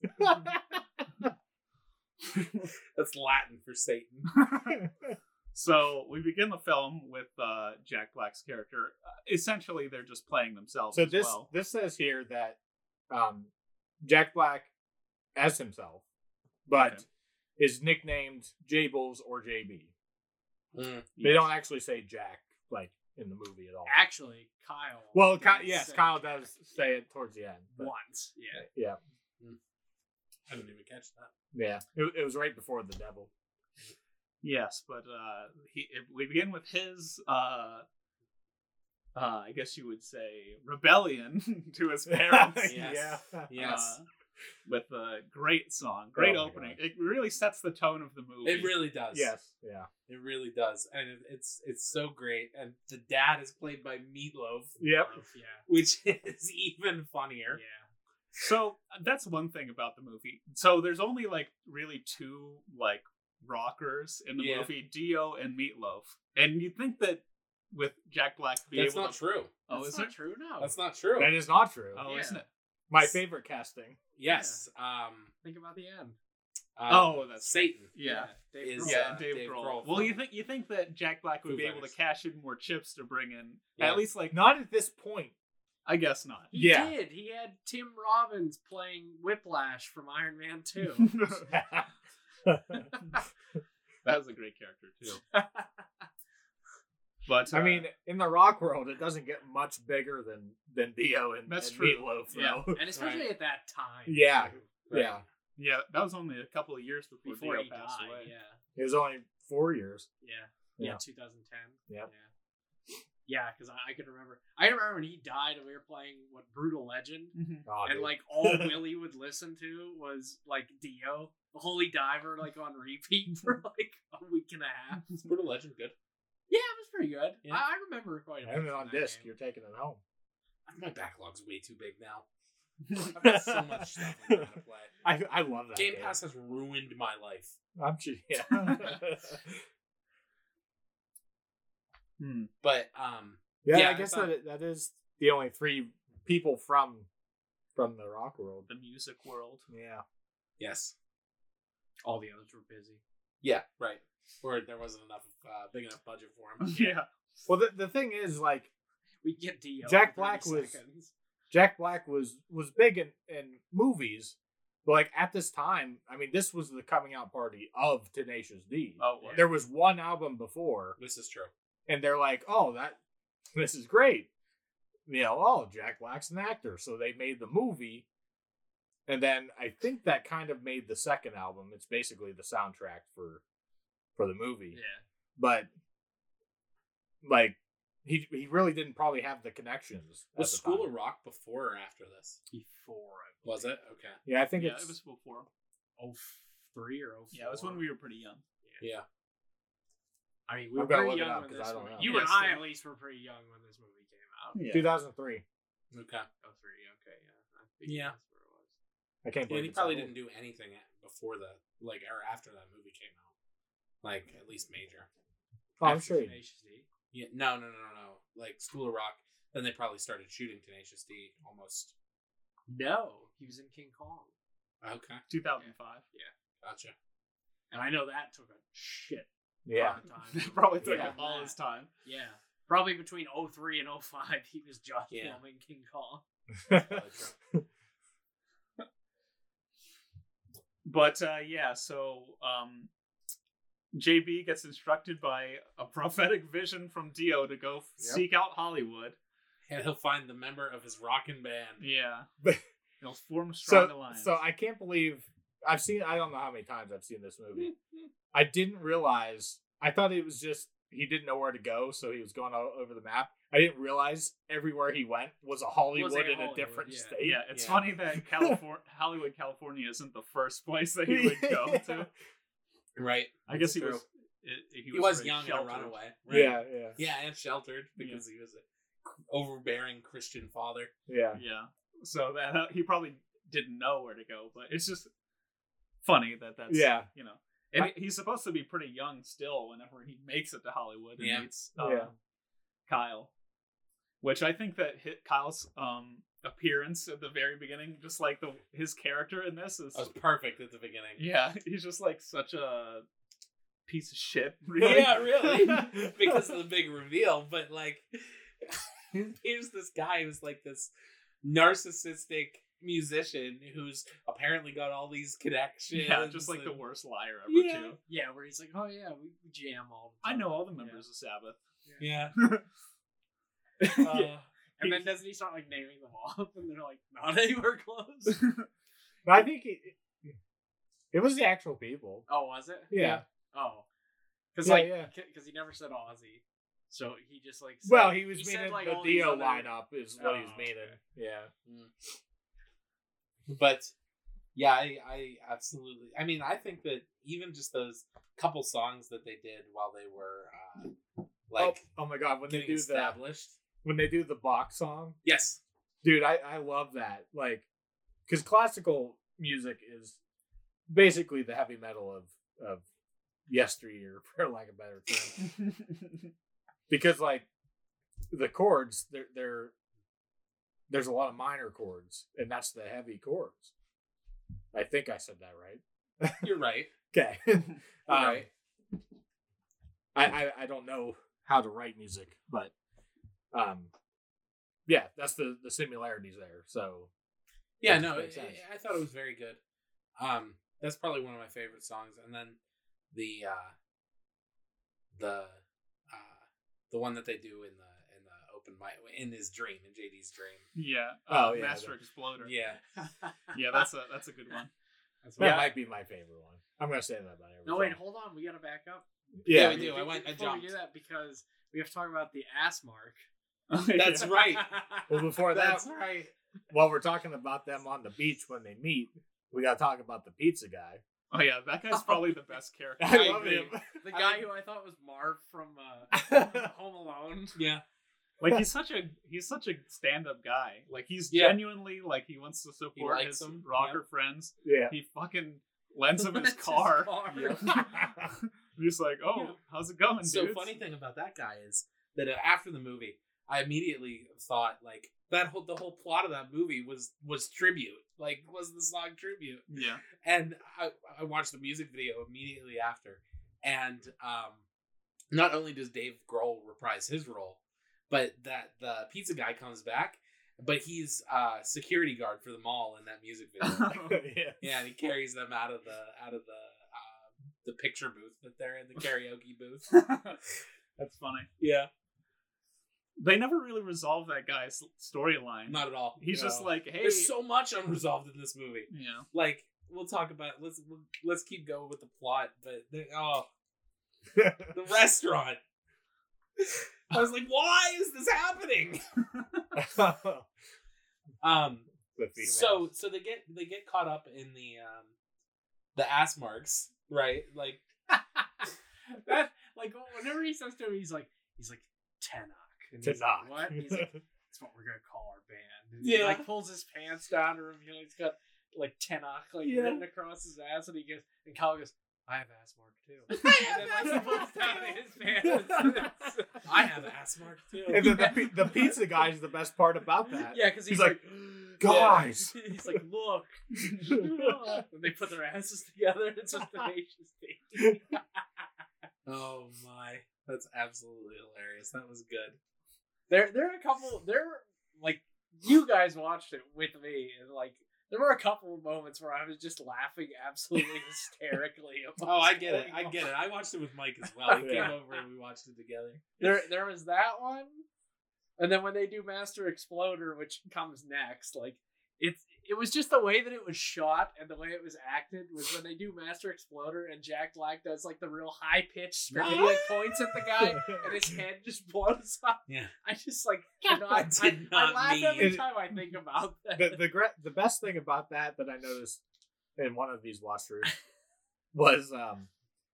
C: That's Latin for Satan.
A: So we begin the film with uh, Jack Black's character. Uh, essentially, they're just playing themselves.
B: So
A: as
B: this
A: well.
B: this says here that um, Jack Black as himself, but
A: Okay.
B: is nicknamed Jables or JB.
C: Mm.
B: They
A: Yes.
B: don't actually say Jack like in the movie at all.
D: Actually, Kyle.
B: Well,
D: did
B: Ky- yes,
D: say
B: Kyle does say it towards the end. but-
D: once. Yeah.
B: yeah,
C: I didn't even catch that.
B: yeah. It, it was right before the devil.
A: Yes, but uh, he, if we begin with his, uh, uh, I guess you would say, rebellion to his parents.
C: Yes.
B: Yeah.
C: Yes,
A: Uh, with a great song, great
B: Oh my
A: opening.
B: God.
A: It really sets the tone of the movie.
C: it really does.
B: Yes. Yeah.
C: It really does, and it, it's it's so great. And the dad is played by Meatloaf, Oh,
B: Yep.
D: Yeah.
C: which is even funnier.
D: Yeah.
A: So that's one thing about the movie. So there's only like really two like rockers in the
C: Yeah.
A: movie, Dio and Meatloaf. And you'd think that with Jack Black be
C: That's
A: able
C: not
A: to
C: true.
A: Oh,
D: That's
A: is
D: not
A: it?
D: true? No.
C: That's not true.
B: That is not true.
A: Oh,
D: Yeah.
A: isn't it?
B: My favorite casting.
C: yes. Um.
D: Think about the end.
C: uh,
A: Oh, that's
C: Satan.
A: Yeah.
D: Dave
C: Is,
D: Grohl.
A: Yeah,
C: uh,
A: Dave,
C: Dave
A: Grohl.
C: Grohl.
A: Well, you think you think that Jack Black would
C: Foo
A: be able to
C: Fighters.
A: cash in more chips to bring in
C: Yeah.
A: at least like
B: Not at this point.
A: I guess not.
D: He
B: Yeah.
D: did. He had Tim Robbins playing Whiplash from Iron Man 2.
A: that was a great character too. But
B: I
A: uh,
B: mean, in the rock world, it doesn't get much bigger than than Dio and,
A: That's
B: and
A: true.
B: Meatloaf,
A: Yeah.
B: though.
D: and especially
C: Right.
D: at that time.
B: Yeah.
D: too,
B: yeah,
A: yeah, that was only a couple of years before,
D: Before
A: Dio
D: he died.
A: passed away.
D: Yeah.
B: it was only four years.
D: Yeah. Yeah.
B: Yeah.
D: 2010.
B: Yep.
D: Yeah. Yeah, because I, I can remember. I remember when he died and we were playing what Brutal Legend.
A: Mhm.
B: Oh,
D: and
B: dude.
D: like all Willie would listen to was like Dio, the Holy Diver, like on repeat for like a week and a half.
C: It's brutal legend. Good.
D: Yeah, it was pretty good.
C: Yeah.
D: I, I remember quite a
B: I
D: bit.
B: have it
D: from
B: on
D: that
B: disc.
D: game.
B: You're taking it home.
C: My backlog's way too big now. I've got so much stuff I'm trying to play.
B: I I love that
C: Game
B: game.
C: Pass has ruined my life.
B: I'm just, yeah.
A: Hmm.
C: But um,
B: Yeah,
C: Yeah,
B: I
C: I
B: guess
C: thought-
B: that that is the only three people from from the rock world.
A: The music world.
B: Yeah.
C: yes,
D: All the others were busy.
C: yeah, right. Or there wasn't enough uh, big enough budget for him.
A: yeah.
B: Well, the, the thing is, like
D: We get Dio.
B: Jack
D: in
B: Black
D: 30
B: was-
D: seconds.
B: Jack Black was was big in in movies, but like at this time, I mean, this was the coming out party of Tenacious D.
A: Oh, well.
B: There was one album before,
C: This is true.
B: and they're like, "Oh, that this is great." You know, oh, Jack Black's an actor, so they made the movie, and then I think that kind of made the second album. It's basically the soundtrack for for the movie,
D: Yeah.
B: but like he he really didn't probably have the connections. at
C: Was
B: the
C: School
B: time.
C: of Rock before or after this?
D: Before I
C: Was it okay?
B: Yeah, I think
A: Yeah,
B: it's
A: it was before.
D: oh three or oh four.
A: Yeah, it was when we were pretty young.
C: Yeah.
D: I mean, we were
B: I've gotta
D: pretty
B: look it
D: young
B: up
D: when
B: 'cause
D: this
B: I don't
D: movie.
B: know.
D: You
A: Yeah,
D: and I,
A: still.
D: at least, were pretty young when this movie came out.
A: Yeah.
B: 2003.
C: Okay.
D: Oh three. Okay. Yeah. I think
C: Yeah.
D: That's where it was.
B: I can't
C: Yeah,
B: believe
C: he
B: it's
C: probably
B: that
C: didn't do anything before the like or after that movie came out, like at least major.
B: old. Oh, I'm
D: After
B: sure. he-
D: Tenacious D.
C: Yeah, no, no, no, no, no. Like School of Rock. Then they probably started shooting Tenacious D almost.
D: No, he was in King Kong,
C: Okay,
A: 2005.
C: gotcha.
D: and I know that took a shit
B: Yeah,
D: ton of time.
A: It probably took
D: Yeah.
A: him all his time.
D: Yeah. Probably between 03 and 05, he was just
C: Yeah.
D: filming King Kong.
C: Probably true.
A: But uh, yeah, so um, JB gets instructed by a prophetic vision from Dio to go f-
B: Yep.
A: seek out Hollywood.
C: and he'll find the member of his rockin' band.
A: Yeah.
B: But-
A: They'll form a strong
B: so
A: alliance.
B: so I can't believe I've seen. I don't know how many times I've seen this movie. I didn't realize. I thought it was just he didn't know where to go, so he was going all over the map. I didn't realize everywhere he went was a Hollywood
D: a
B: in
D: Hollywood,
B: a different
D: yeah.
B: state.
A: yeah, it's
C: Yeah.
A: funny that California, Hollywood, California isn't the first place that he would go
B: Yeah.
A: to.
C: Right.
A: I guess
C: That's
A: he
C: true.
A: was, he, he
C: He
A: was.
C: was,
A: very
C: young
A: sheltered.
C: and a runaway. right?
B: Yeah, yeah,
C: Yeah, and sheltered because he was a overbearing Christian father.
B: yeah.
A: Yeah. So that uh, he probably didn't know where to go, but it's just funny that that's
B: Yeah.
A: you know. And he's supposed to be pretty young still whenever he makes it to Hollywood and
C: Yeah.
A: meets uh,
B: Yeah.
A: Kyle. Which I think that hit Kyle's um appearance at the very beginning, just like the his character in this is
C: That was perfect at the beginning.
A: Yeah, he's just like such a piece of shit, really.
C: Yeah, really. because of the big reveal, but like here's this guy who's like this narcissistic musician who's apparently got all these connections.
A: Yeah, just like the
C: and-
A: worst liar ever
C: Yeah.
A: too.
D: Yeah, where he's like, oh, yeah, we we jam all the
A: I
D: time.
A: know all the members
C: Yeah.
A: of Sabbath.
C: Uh,
D: And then doesn't he start, like, naming them off? And they're like, not anywhere close.
B: But I think it, it was the actual people.
D: oh, was it?
B: Yeah.
D: Oh. Because,
B: Yeah,
D: like,
B: yeah.
D: because he never said Ozzy. So he just, like, said,
B: Well, he was
D: he said,
B: meaning
D: like,
B: the
D: all these
B: Dio
D: other-
B: lineup is what he was
D: Oh,
B: meaning.
D: okay.
B: Yeah.
C: but yeah, I, I absolutely. I mean, I think that even just those couple songs that they did while they were uh, like
B: oh, oh my god, when they
C: getting
B: do the
C: established.
B: when they do the box song,
C: Yes.
B: dude, I I love that. Like, because classical music is basically the heavy metal of of yesteryear, for lack of a better term. because like the chords, they're they're there's a lot of minor chords, and that's the heavy chords. I think I said that right.
C: You're right.
B: Okay. Um,
C: Right.
B: I, I I don't know how to write music, but um, yeah, that's the the similarities there. So
C: Yeah,
B: Which
C: no,
B: makes
C: I-
B: sense.
C: I thought it was very good. Um, that's probably one of my favorite songs. And then the uh, the uh, the one that they do in the in the open mic in his dream in JD's dream.
A: Yeah.
B: Oh,
A: uh,
B: yeah,
A: Master
B: the-
A: Exploder. Yeah.
C: Yeah,
A: that's a that's a good one.
D: That's
B: that
D: what-
B: might be my favorite one. I'm gonna say that about everything.
D: No, wait, hold on. We got to back up.
B: yeah,
C: we do. I went- I
D: before we
C: jumped.
D: do that because we have to talk about the ass mark.
C: that's right.
B: Well, before that,
C: That's right.
B: while we're talking about them on the beach when they meet, we gotta talk about the pizza guy.
A: Oh yeah, that guy's probably the best character.
B: I,
C: I
B: love
C: agree.
B: him.
D: the
C: I
D: guy
C: mean-
D: who I thought was Marv from uh, Home Alone.
C: Yeah,
A: Like he's such a he's such a stand up guy. Like he's
C: Yeah.
A: genuinely like he wants to support
C: likes
A: his
C: them,
A: rocker friends.
B: Yeah.
A: He fucking lends him
D: That's
A: his car.
D: car.
A: he's like, oh,
C: Yeah.
A: how's it going,
C: so
A: dudes?
C: funny thing about that guy is that after the movie, I immediately thought like that whole the whole plot of that movie was was tribute, like was the song tribute,
A: Yeah.
C: and I, I watched the music video immediately after, and um, not only does Dave Grohl reprise his role, but that the pizza guy comes back, but he's uh security guard for the mall in that music video.
B: yeah.
C: Yeah, and he carries them out of the out of the uh, the picture booth that they're in the karaoke booth.
A: That's funny.
C: Yeah,
A: They never really resolve that guy's storyline.
C: not at all.
A: He's
C: No.
A: just like, hey,
C: there's so much unresolved in this movie.
A: yeah,
C: Like we'll talk about let's we'll, let's keep going with the plot, but they, oh, the restaurant. I was like, why is this happening? Um,
B: The female.
C: so so they get they get caught up in the um the ass marks, right? Like
D: that like whenever he says to him, he's like he's like Tenok. And he's like,
B: Tanakh.
D: what? And he's like, that's what we're gonna call our band. And he
C: Yeah.
D: like pulls his pants down to reveal he's got like Tenok like
C: Yeah.
D: written across his ass and he goes and Kyle goes, I have ass mark too.
C: I
D: And then like he pulls down his pants.
C: I have ass mark too.
B: and then the, pi- the pizza guy is the best part about that.
D: yeah, because he's,
B: He's
D: like,
B: like, "Guys."
D: Yeah. he's like, look. and they put their asses together. It's just the nation's thing.
C: Oh my, that's absolutely hilarious. That was good.
D: There, there are a couple. There, were, like you guys watched it with me, and like there were a couple of moments where I was just laughing absolutely hysterically. at what
C: Oh,
D: was
C: I get it.
D: going
C: I
D: on.
C: get it. I watched it with Mike as well. He
B: Yeah.
C: came over and we watched it together.
D: There, there was that one, and then when they do Master Exploder, which comes next, like it's it was just the way that it was shot and the way it was acted was when they do Master Exploder and Jack Black does like the real high pitched scream, like points at the guy. And his head just blows up.
C: Yeah.
D: I just like cannot. I,
C: did
D: I
C: not
D: laugh every
B: mean-
D: time I think about that.
B: the the gra- the best thing about that that I noticed in one of these walkthroughs was um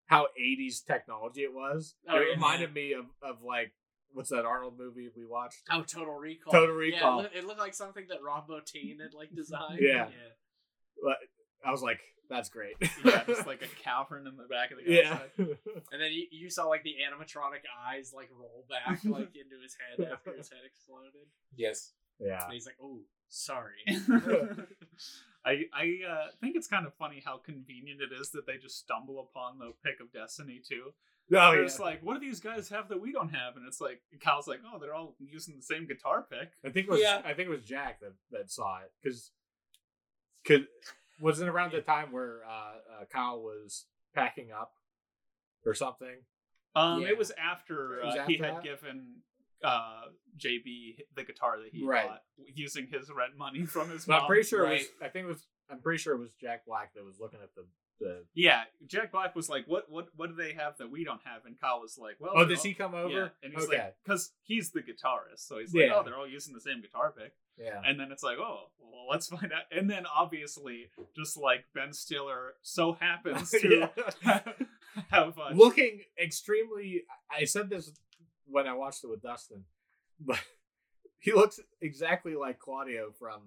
B: how 80s technology it was.
D: Oh,
B: it
D: yeah.
B: reminded me of of like what's that Arnold movie we watched?
D: Oh, Total Recall.
B: Total
D: Yeah, it,
B: Recall.
D: loo- it looked like something that Rob Bottin had like designed.
B: Yeah. I was like, that's great.
A: yeah, just like a cavern in the back of the guy's
B: yeah.
A: head.
D: And then you, you saw like the animatronic eyes like roll back like into his head after his head exploded.
C: Yes.
B: yeah.
D: And he's like, "Oh, sorry."
A: I I uh, think it's kind of funny how convenient it is that they just stumble upon the pick of destiny too.
B: Oh,
A: They're
B: yeah.
A: just like, what do these guys have that we don't have? And it's like Kyle's like, oh, they're all using the same guitar pick.
B: I think it was
C: Yeah.
B: I think it was Jack that, that saw it because because wasn't around the time where uh, uh, Kyle was packing up or something.
A: Um,
C: Yeah.
A: it was after,
B: It was
A: uh, he
B: after
A: had
B: that?
A: given uh, JB the guitar that he
B: Right.
A: bought using his rent money from his
B: So
A: mom.
B: I'm pretty sure it
C: right.
B: was. I think it was. I'm pretty sure it was Jack Black that was looking at the the.
A: Yeah, Jack Black was like, "What, what, what do they have that we don't have?" And Kyle was like, "Well,
B: Oh,
A: they're
B: does
A: all-
B: he come over?
A: Yeah. And he's
B: okay.
A: like, because he's the guitarist, so he's like,
B: Yeah.
A: "Oh, they're all using the same guitar pick."
B: yeah.
A: And then it's like, "Oh, well, let's find out." And then obviously, just like Ben Stiller, so happens to have uh,
B: Looking extremely. I said this when I watched it with Dustin, but he looks exactly like Claudio from.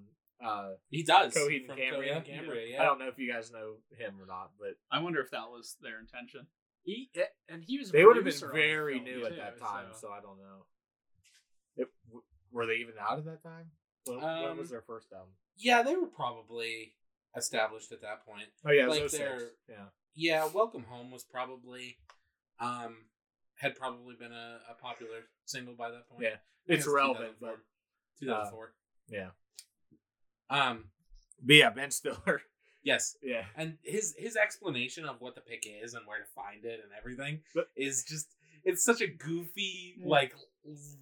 B: Uh,
C: He does.
B: Coheed and Cambria.
C: Coheed and Cambria, yeah.
B: I don't know if you guys know him or not, but
A: I wonder if that was their intention.
D: he eh, and he was. a
B: they would have been
D: producer on the
B: very
D: film,
B: new
D: too,
B: at that time, so, I don't know. It, w- were they even out at that time? When, when
C: Um,
B: was their first album?
C: Yeah, they were probably established at that point.
B: Oh yeah, it was
C: like
B: 06.
C: they're-
B: Yeah,
C: Yeah, Welcome Home was probably um had probably been a, a popular single by that point.
B: Yeah,
C: I think
B: it's
C: it was
B: relevant,
C: 2004.
B: but uh,
C: 2004.
B: yeah.
C: um
B: But yeah, Ben Stiller.
C: yes.
B: Yeah.
C: And his his explanation of what the pick is and where to find it and everything
B: But-
C: is just it's such a goofy
A: Mm.
C: like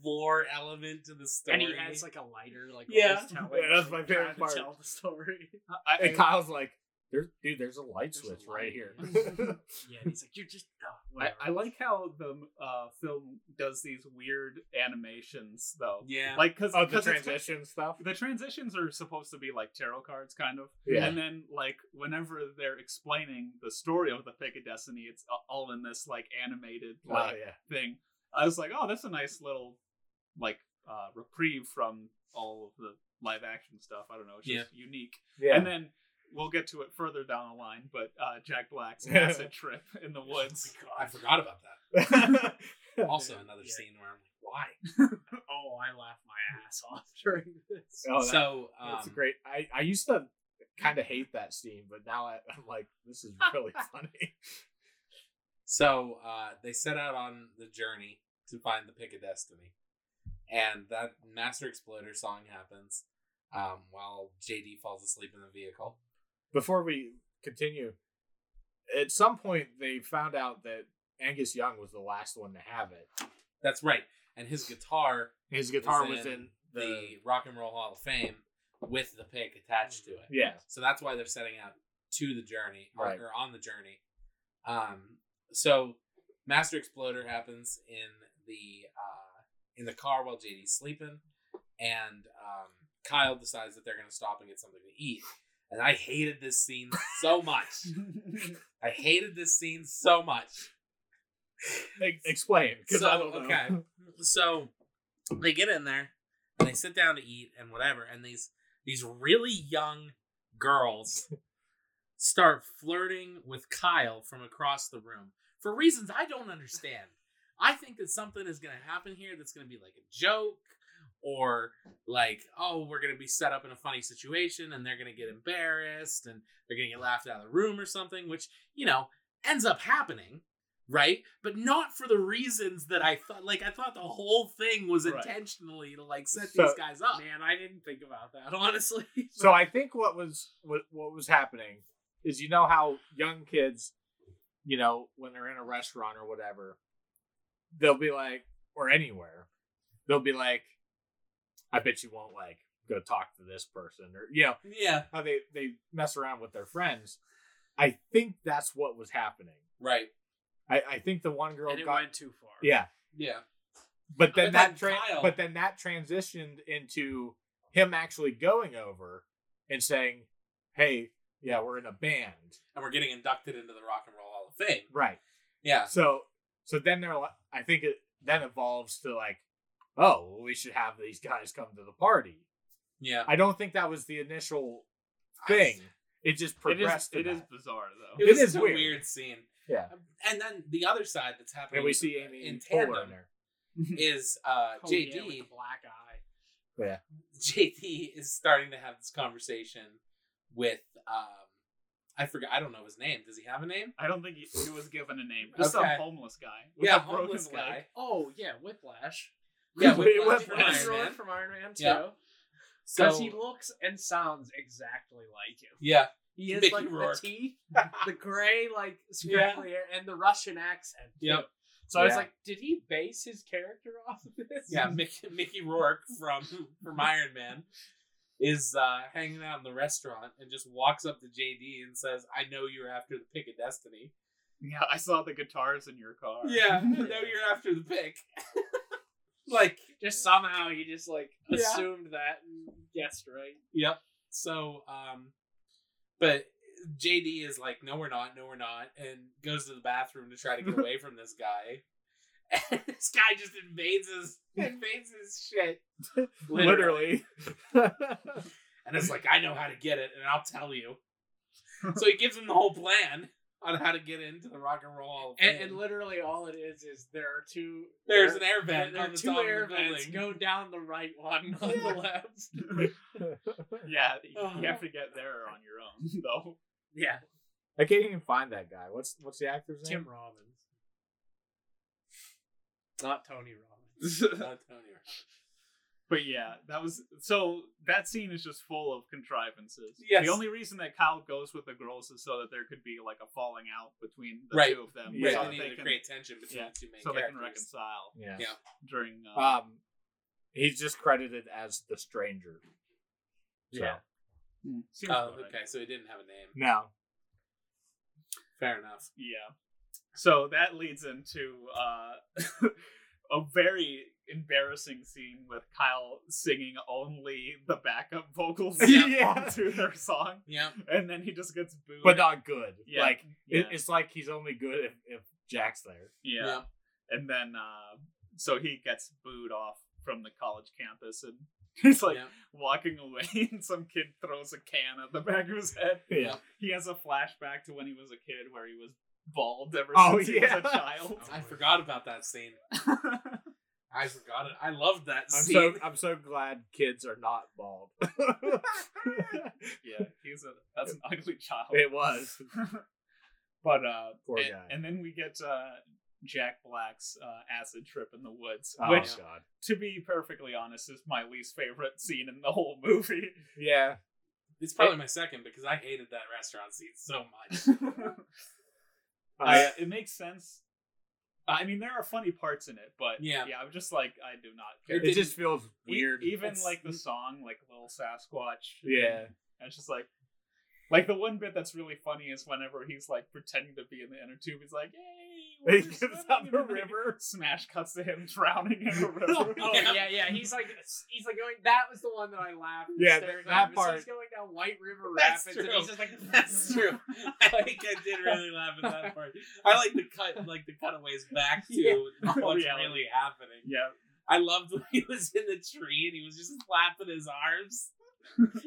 C: lore element to the story.
D: And he has like a lighter, like while
C: Yeah.
D: he's telling,
B: Yeah, that's my
D: like,
B: favorite
D: trying to
B: part.
D: Tell the story.
A: I, I,
B: And Kyle's like, "There's dude, there's a light
D: There's a
B: switch
D: light.
B: right here."
D: Yeah, and he's like, "You're just." Oh,
A: I,
D: whatever."
A: I like how the uh, film does these weird animations, though.
C: yeah.
A: Like, because
B: oh, the transition stuff.
A: the transitions are supposed to be like tarot cards kind of
B: Yeah.
A: and then like whenever they're explaining the story of the pick of destiny it's a- all in this like animated
B: Oh
A: like
B: yeah.
A: thing i was like oh that's a nice little like uh reprieve from all of the live action stuff i don't know it's just unique
B: Yeah.
A: and then we'll get to it further down the line but uh jack black's
C: Oh
A: acid trip in the woods
B: Oh,
C: I forgot about that. Also, another
D: Yeah.
C: scene where I'm like,
D: why. oh, I laughed my ass off during this.
B: Oh, that-
C: so um,
B: That's great. I, I used to kind of hate that scene, but now I, I'm like, this is really funny.
C: So uh, they set out on the journey to find the pick of destiny, and that Master Exploder song happens um, while JD falls asleep in the vehicle.
B: Before we continue, at some point they found out that Angus Young was the last one to have it.
C: That's right, and his guitar
B: His
C: is
B: guitar was in
C: the,
B: the,
C: Rock and Roll Hall of Fame with the pick attached to it.
B: yeah.
C: So that's why they're setting out to the journey or,
B: Right.
C: or on the journey. Um, so Master Exploder happens in the uh, in the car while JD's sleeping, and um, Kyle decides that they're going to stop and get something to eat. And I hated this scene so much. I hated this scene so much.
B: Ex- Explain, because
C: So,
B: I don't know.
C: okay. so they get in there and they sit down to eat and whatever and these these really young girls start flirting with kyle from across the room for reasons i don't understand i think that something is going to happen here that's going to be like a joke or like oh we're going to be set up in a funny situation and they're going to get embarrassed and they're going to get laughed out of the room or something which you know ends up happening right but not for the reasons that i thought like i thought the whole thing was
A: Right.
C: intentionally to like set
B: So-
C: these guys up
D: Man, I didn't think about that honestly.
B: So I think what was what, what was happening is you know how young kids, you know, when they're in a restaurant or whatever, they'll be like, or anywhere, they'll be like, I bet you won't like go talk to this person or you know
C: Yeah.
B: how they they mess around with their friends. I think that's what was happening.
C: Right.
B: I, I think the one girl
D: and it
B: got
D: went too far.
B: yeah,
C: Yeah.
B: but then
C: But
B: that
C: then
B: tra-
C: Kyle-
B: but then that transitioned into him actually going over and saying, "Hey, yeah, we're in a band."
C: And we're getting inducted into the Rock and Roll Hall of Fame.
B: Right.
C: Yeah.
B: So so then they're like, I think it then evolves to like, "Oh, well, we should have these guys come to the party."
C: Yeah.
B: I don't think that was the initial thing. It just
A: It is,
B: progressed.
A: it
B: to
A: is
B: that.
A: bizarre though.
C: It
B: It
C: was
B: is
C: a
B: weird.
C: weird scene. Um,
B: Yeah.
C: And then the other side that's happening
B: And we see Amy
C: in
B: Poehler
C: tandem
B: there.
C: is uh,
D: Oh,
C: JD.
D: yeah, with the black eye.
C: JD is starting to have this conversation with um, I forgot. I don't know his name. Does he have a name?
A: I don't think he, he was given a name. Just
C: Okay.
A: a homeless guy. with
C: yeah,
A: a broken
C: homeless
A: leg.
C: guy.
D: Oh yeah, Whiplash.
C: Yeah,
B: Wait,
C: Whiplash
B: what?
C: from Iron
D: Whiplash
C: Man.
D: from Iron Man too.
C: Yeah.
D: Because
C: So
D: he looks and sounds exactly like him.
C: yeah,
D: He has
C: Mickey
D: like
C: Rourke.
D: the teeth, the gray like scraggly hair, and the Russian accent. too.
C: Yep.
D: So I was
B: Yeah.
D: like, did he base his character off of this?
C: yeah. Mickey, Mickey Rourke from from Iron Man is uh, hanging out in the restaurant and just walks up to JD and says, "I know you're after the pick of destiny."
A: Yeah, I saw the guitars in your car.
C: Yeah, I know you're after the pick. like,
D: Just somehow he just like
C: Yeah.
D: assumed that and guessed right.
C: yep. So, um, but JD is like, no, we're not, no, we're not, and goes to the bathroom to try to get away from this guy. And this guy just invades his invades his shit,
B: Literally.
C: and it's like, I know how to get it, and I'll tell you. So he gives him the whole plan on how to get into the Rock and Roll Hall of
D: And,
C: Fame.
D: and literally all it is is there are two
C: Mm. there's
D: there-
C: an air vent
D: there
C: on
D: are
C: the
D: two
C: top
D: air
C: of the
D: vents.
C: building.
D: Go down the right one on the left.
A: Yeah, you,
C: Oh.
A: you have to get there on your own though.
D: Yeah.
B: I can't even find that guy. What's what's the actor's name?
D: Tim Robbins. Not Tony Robbins.
C: Not Tony Robbins.
A: But yeah, that was so that scene is just full of contrivances.
C: Yes.
A: The only reason that Kyle goes with the girls is so that there could be like a falling out between the
C: Right.
A: two of them.
B: Yeah.
A: So,
C: Right,
A: that
C: they
A: they
C: needed to
A: can,
C: create tension between
A: yeah,
C: the two main
A: so they
C: characters.
A: can reconcile
B: Yeah.
C: Yeah.
A: during uh,
B: Um, he's just credited as the stranger. So,
D: Yeah.
A: seems
C: Oh,
A: about right.
C: okay, so he didn't have a name.
B: Now,
C: Fair enough.
A: Yeah. So that leads into uh, a very embarrassing scene with Kyle singing only the backup vocals
C: Yeah.
A: to their song,
C: Yeah.
A: and then he just gets booed.
C: uh,
B: but not good.
A: Yeah.
B: Like
A: yeah,
B: It, it's like he's only good if, if Jack's there.
A: yeah. and then uh, so he gets booed off from the college campus, and he's like
C: yeah.
A: walking away, and some kid throws a can at the back of his head.
C: Yeah.
A: He has a flashback to when he was a kid, where he was bald ever
B: Oh,
A: since he
B: yeah.
C: Oh,
A: was a child.
C: I forgot about that scene. I forgot it. I loved that
B: I'm
C: scene.
B: so I'm so glad kids are not bald.
A: Yeah, he's a that's an ugly child.
B: it was
A: But uh,
B: Poor
A: and,
B: guy.
A: and then we get uh, Jack Black's uh, acid trip in the woods,
B: oh
A: which,
B: god.
A: to be perfectly honest, is my least favorite scene in the whole movie.
B: Yeah,
C: it's probably my second because I hated that restaurant scene so much.
A: I, uh, it makes sense. I mean, there are funny parts in it, but
C: Yeah.
A: yeah, I'm just like I do not
B: it,
A: care.
C: didn't-
B: just feels
A: E-
B: weird.
A: even
C: It's-
A: like the song, like Little Sasquatch.
B: yeah,
A: And it's just like, like the one bit that's really funny is whenever he's like pretending to be in the inner tube. He's like, "Yay!" we're
B: he gets
A: swimming,"
B: on the
A: and then
B: river.
A: Smash cuts to him drowning in a river.
D: Oh
C: Yeah.
D: yeah. yeah, He's like he's like going. That was the one that I laughed. and
B: Yeah,
D: stared
B: that
D: at. So
B: part-
D: He's going down White River
C: That's
D: Rapids,
C: true.
D: and he's just like
C: That's true. I think I did really laugh at that part. I like the cut, like the cutaways back to
D: Yeah.
C: what's
A: Reality.
C: really happening.
A: yeah,
C: I loved when he was in the tree and he was just flapping his arms.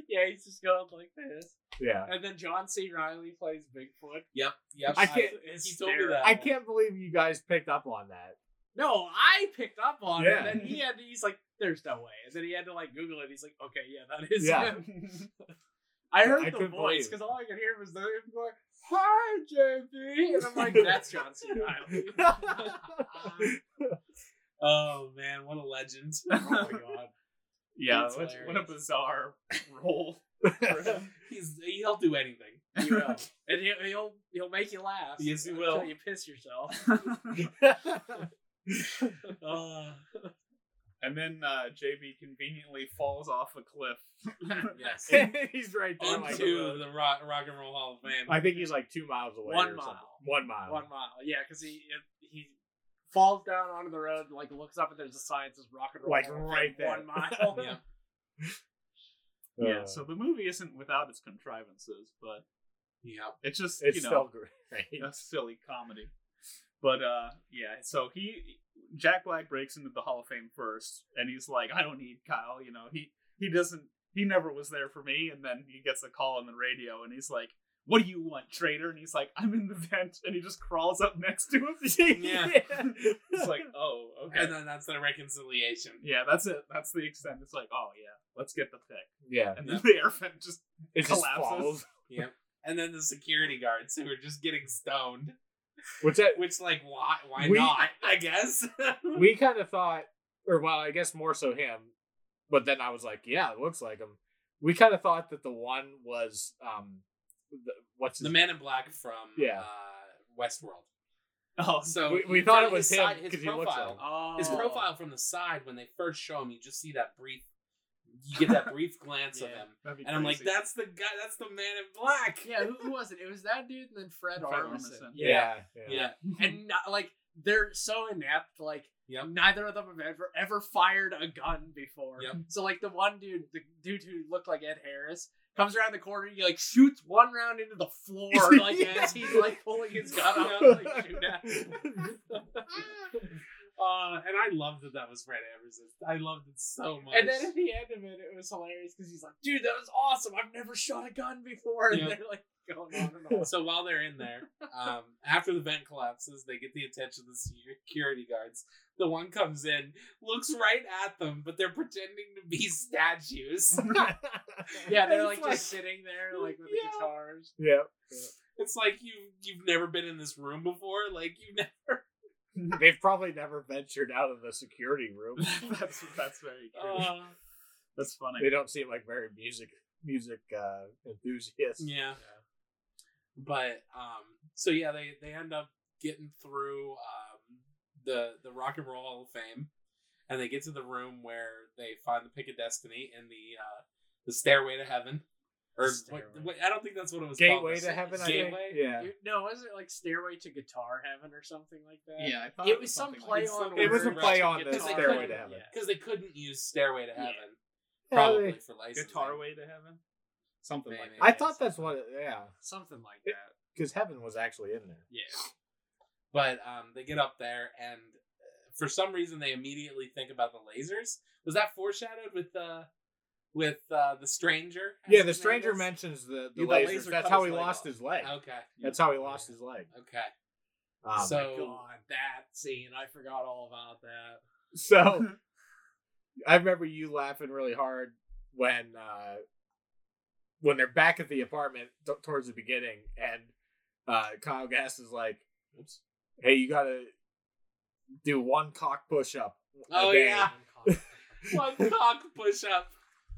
D: Yeah, he's just going like this.
B: Yeah,
D: And then John C. Riley plays Bigfoot.
C: Yep, yep.
B: I can't-
C: He told me that.
B: I can't believe you guys picked up on that.
D: No, I picked up on
B: Yeah.
D: it. And then he had to, he's like, there's no way. And then he had to like Google it. He's like, okay, yeah, that is
B: Yeah.
D: him. I heard
B: I
D: the
B: couldn't
D: voice
B: believe it.
D: because all I could hear was the him going, hi, JB. And I'm like, that's John C. Riley.
C: Oh man, what a legend! Oh my god,
A: yeah.
C: That's
A: What, what a
C: hilarious.
A: bizarre role. for him.
C: he's he'll do anything.
D: He will. And he'll, he'll, he'll make you laugh.
C: Yes, he
D: until
C: will.
D: you piss yourself.
C: Uh,
A: and then uh, JB conveniently falls off a cliff.
C: yes,
B: he's right
C: Oh
B: there. Like,
C: onto the rock, rock and roll Hall of Fame.
B: I think he's like two miles away.
D: One
B: or
D: mile.
B: something. One mile.
D: One mile. Yeah, because he, it- he falls down onto the road, like looks up, and there's a sign that says rock and roll.
B: Like,
D: Hall of
B: right
D: Fame,
B: there.
D: One mile.
C: yeah,
A: yeah.
B: Uh,
A: So the movie isn't without its contrivances, but
C: yeah.
A: it's just
B: it's
A: you know
B: still great.
A: That's silly comedy. But uh yeah, so he Jack Black breaks into the Hall of Fame first and he's like, I don't need Kyle, you know, he he doesn't he never was there for me and then he gets a call on the radio and he's like, What do you want, traitor? And he's like, I'm in the vent and he just crawls up next to him.
C: Yeah.
A: It's like, oh, okay.
C: And then that's the reconciliation.
A: yeah, that's it. That's the extent. It's like, oh yeah, let's get the pick.
B: yeah,
A: And then the air vent just
B: it just
A: collapses.
B: falls.
C: And then the security guards who are just getting stoned.
B: Which that
C: Which, like, why? Why
B: We-
C: not? I guess.
B: we kind of thought, or well, I guess more so him. But then I was like, yeah, it looks like him. We kind of thought that the one was um, the, what's his
C: the Man in Black from
B: Yeah.
C: uh, Westworld.
A: Oh
C: So
B: we, we thought it was
C: his
B: him
C: side- his
B: because he looks like
C: profile.
B: him.
D: Oh.
C: his profile from the side when they first show him you just see that brief you get that brief glance of
D: Yeah.
C: him
A: that'd be
C: and i'm like
A: crazy.
C: that's the guy that's the man in black
D: Yeah, who, who was it? It was that dude and then Fred,
A: Fred
D: Armisen.
A: Armisen.
B: Yeah, yeah.
C: yeah
D: and not, like they're so inept. Like
C: Yep.
D: neither of them have ever ever fired a gun before.
C: Yep.
D: So like the one dude, the dude who looked like Ed Harris, comes around the corner. He like shoots one round into the floor, like
B: Yeah.
D: as he's like pulling his gun out, and, like shoot at. him.
C: uh, and i loved that that was fred Armisen. i loved it so much
D: And then at the end of it, it was hilarious because he's like, "Dude, that was awesome! I've never shot a gun before." And
C: Yep.
D: they're like going on and on.
C: so while they're in there um, after the vent collapses they get the attention of the security guards the one comes in looks right at them but they're pretending to be statues
D: Yeah, they're
C: It's
D: like, just sitting there, like with the
C: Yeah.
D: guitars.
B: yeah.
C: It's like you you've never been in this room before. Like you never.
B: They've probably never ventured out of the security room.
A: that's that's very true.
C: Uh,
A: that's funny.
B: they don't seem like very music music uh, enthusiasts.
C: yeah. But um, so yeah, they they end up getting through um the the Rock and Roll Hall of Fame, and they get to the room where they find the pick of destiny and the uh the stairway to heaven, or what,
D: Stairway.
C: what- I don't think that's what it was. called.
B: Gateway to heaven. I think.
C: Gateway?
B: Yeah.
D: You- no, wasn't it like Stairway to Guitar Heaven or something like that?
A: yeah, I thought
D: it was some
A: something like-
D: play
C: It's
D: on.
C: some- It was
D: words
C: a play
D: to
B: on
D: get
C: the
D: song
C: Stairway
D: title,
B: to Heaven.
D: yeah.
C: Because they couldn't use stairway to
D: Yeah.
C: heaven,
B: Yeah,
C: probably
B: they-
C: for licensing.
A: guitar way to heaven something like
C: Maybe.
A: that
B: I thought that's what. It, yeah,
D: Something like
B: It-
D: that.
B: because heaven was actually in there.
D: Yeah.
C: But um, they get up there, and uh, for some reason, they immediately think about the lasers. Was that foreshadowed with uh, with uh, the stranger?
B: Yeah,
C: As
B: the
C: his name
B: stranger
C: is?
B: mentions the, the
A: Yeah, the
B: lasers.
A: laser
B: That's
A: cut
B: how
A: his
B: he
A: leg
B: lost
A: off.
B: his leg.
C: Okay,
B: That's how he lost his leg.
C: okay.
B: Um,
D: Oh
C: So-
D: God, that scene! I forgot all about that.
B: so I remember you laughing really hard when uh when they're back at the apartment t- towards the beginning and uh Kyle Gass is like,
C: Oops.
B: "Hey, you got to do one cock push up."
C: Oh, yeah. One cock push up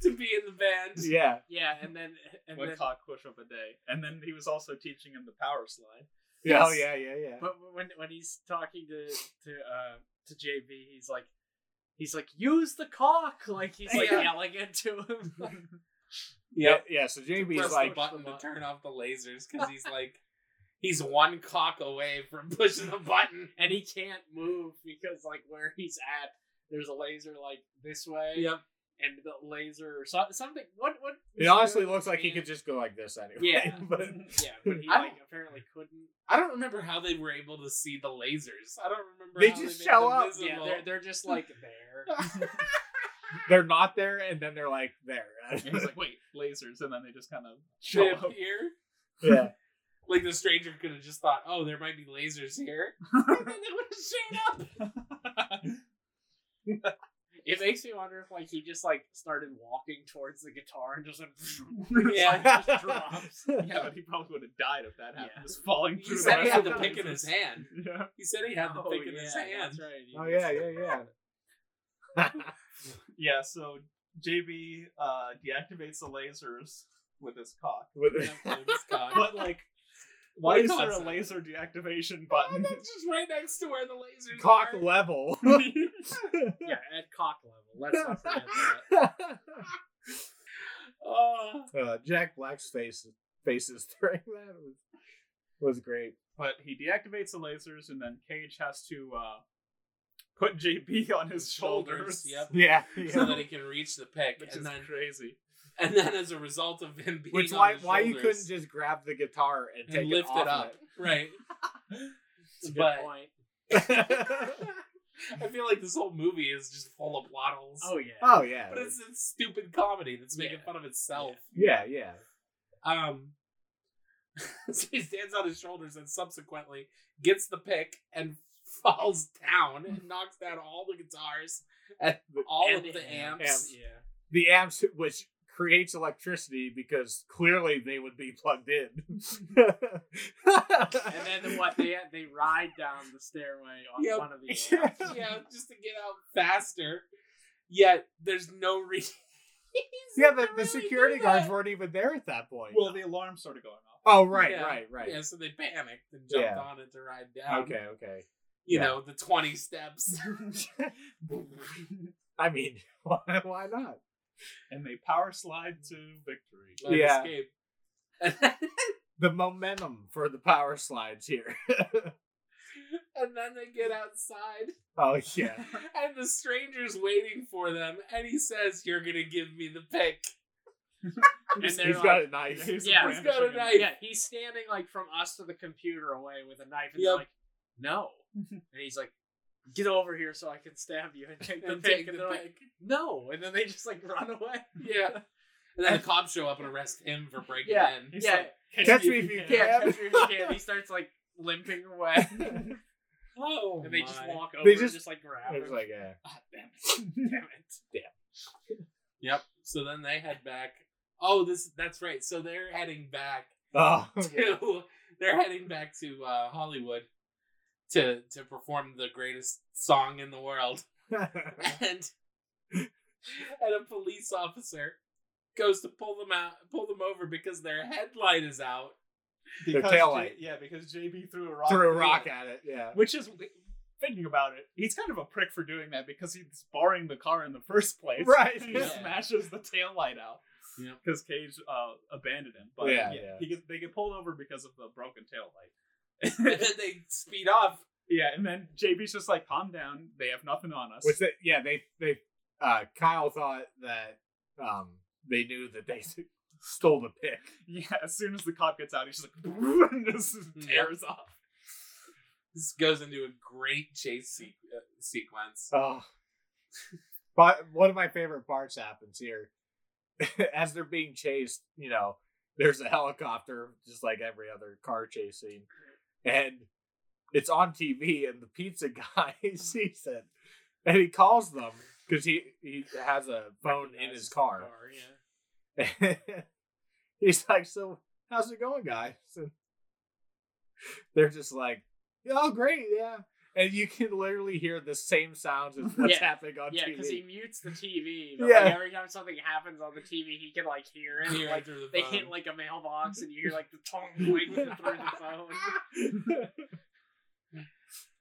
C: to be in the band.
B: Yeah.
D: Yeah, and then and
A: One
D: then,
A: cock push up a day, and then he was also teaching him the power slide.
B: Yeah, Oh
D: Yes.
B: yeah, yeah, yeah.
D: but when when he's talking to to uh to JB, he's like he's like use the cock, like he's like
C: Yeah.
D: yelling into him.
C: Yep.
B: Yeah, yeah, so JB's
C: Press
B: like
C: the button to
D: Vermont.
C: turn off the lasers because he's like, he's one cock away from pushing the button.
D: and he can't move because like where he's at, there's a laser like this way,
C: Yep.
D: and the laser or so, something. What what?
B: It honestly looks like he could just go like this anyway.
D: Yeah.
B: but
D: Yeah, but he
C: I
D: like apparently couldn't.
C: I don't remember how they were able to see the lasers. I don't remember.
B: They
C: how
B: just
C: made
B: show
C: them
B: up.
C: visible.
D: Yeah, they're they're just like there.
B: they're not there, and then they're like there.
A: And he's like, "Wait, lasers!" And then they just kind of show
C: They
A: up.
C: appear.
B: yeah,
C: Like the stranger could have just thought, oh, there might be lasers here. and then they would have showed up.
D: It makes me wonder if like he just like started walking towards the guitar and just like,
C: Yeah.
D: just drops.
A: Yeah, but he probably would have died if that happened.
D: Yeah.
A: Just falling
C: He
A: through.
C: said he
A: rest
C: had
A: of
C: the pick in his
A: lasers.
C: hand.
A: Yeah.
C: He said he had the
D: Oh,
C: pick in
D: yeah,
C: his hand.
D: that's right, he
B: oh
D: was-
B: yeah, yeah, yeah.
A: Yeah. So JB uh, deactivates the lasers with his cock.
B: With-
C: Yeah, with his cock.
A: But like, why is
C: Laser
A: there a
C: sign.
A: laser deactivation
C: Oh,
A: button?
C: that's just right next to where the lasers
B: cock
C: are.
B: level.
D: yeah, at cock level. Let's not forget that.
C: Oh.
B: uh, Jack Black's face faces during that was, was great.
A: but he deactivates the lasers, and then Cage has to uh, put JB on his shoulders.
C: Shoulders, yep.
B: Yeah,
C: so that he can reach the pick,
A: Which
C: and
A: is
C: then
A: crazy.
C: and then as a result of him being
B: which
C: on
B: why
C: his
B: why you
C: shoulders
B: couldn't just grab the guitar and, take
C: and lift
B: it,
C: it up, right?
D: It's a good
C: But-
D: point.
C: I feel like this whole movie is just full of waddles,
D: Oh yeah.
B: oh yeah,
C: but it's, it's stupid comedy that's making
D: Yeah.
C: fun of itself.
B: yeah, yeah.
C: Um, so he stands on his shoulders and subsequently gets the pick and falls down and knocks down all the guitars and all
D: And
C: of the amps.
B: amps.
D: Yeah.
B: the amps which creates electricity because clearly they would be plugged in
D: And then the, what they they ride down the stairway on
C: Yep.
D: one of the amps.
C: yeah, just to get out faster. Yet there's no reason.
B: yeah the, the security guards weren't even there at that point
A: Well, the alarm started going off.
B: oh right right right
C: Yeah, so they panicked and jumped
B: Yeah.
C: on it to ride
D: Um,
C: down.
B: okay okay
C: You
B: Yeah.
C: know, the 20 steps.
B: i mean why, why not
A: and they power slide to victory.
C: and
B: Yeah.
C: escape. And then,
B: the momentum for the power slides here
C: and then they get outside,
B: oh yeah
C: and the stranger's waiting for them, and he says, You're going to give me the pick.
D: And
B: he's
D: they're
B: got
D: like-
B: a knife
A: He's
D: Yeah,
C: he's got a
A: brandishing
C: knife.
D: yeah, he's standing like from us to the computer away with a knife, and they're
C: Yep.
D: like, "No," and he's like, "Get over here so I can stab you and take the
C: And
D: pick."
C: take
D: and
C: the
D: they're like,
C: pick.
D: "No," and then they just like run away.
C: Yeah. And then the cops show up and arrest him for breaking
D: Yeah.
C: in.
A: He's
D: yeah,
A: like,
B: Catch me if you
D: yeah,
B: can.
D: catch me if you can. He starts like limping away, and
C: Oh,
D: they just
C: my.
D: walk over,
B: They
D: and
B: just-
D: just like grab.
B: i was
D: him.
B: like yeah
C: Ah, damn it.
D: Damn it!
C: Yep. So then they head back. Oh, this that's right. So they're heading back
B: oh
C: to they're heading back to uh, Hollywood to to perform the greatest song in the world. And and a police officer goes to pull them out pull them over because their headlight is out.
B: Their
A: because J-
B: taillight.
A: yeah, because JB threw a rock.
B: threw a
A: through
B: rock
A: it.
B: at it yeah
A: Which is thinking about it, he's kind of a prick for doing that because he's borrowing the car in the first place.
B: Right.
A: He
C: Yeah.
A: smashes the taillight out.
C: Yep.
A: Because Cage uh, abandoned him. But
B: Yeah,
A: yeah,
B: yeah.
A: He gets, they get pulled over because of the broken taillight.
C: And then they speed off.
A: Yeah, and then JB's just like, calm down. They have nothing on us.
B: Which they, yeah, they they uh Kyle thought that um they knew that they stole the pick.
A: yeah, as soon as the cop gets out, he's just like, and just tears off.
C: This goes into a great chase se- uh, sequence.
B: Oh. But one of my favorite parts happens here. As they're being chased, you know, there's a helicopter just like every other car chase scene. And it's on TV and the pizza guy sees it and he calls them because he he has a phone in his car.
D: yeah.
B: He's like, "So how's it going, guys?" So they're just like, "Yeah, "Oh, great, yeah." And you can literally hear the same sounds as what's
D: Yeah.
B: happening on
D: Yeah,
B: TV.
D: because he mutes the TV. But
B: Yeah.
D: like every time something happens on the TV, he can like hear it.
C: Hear it
D: like
C: through the
D: they
C: phone.
D: hit like a mailbox, and you hear like the tong ring through the phone.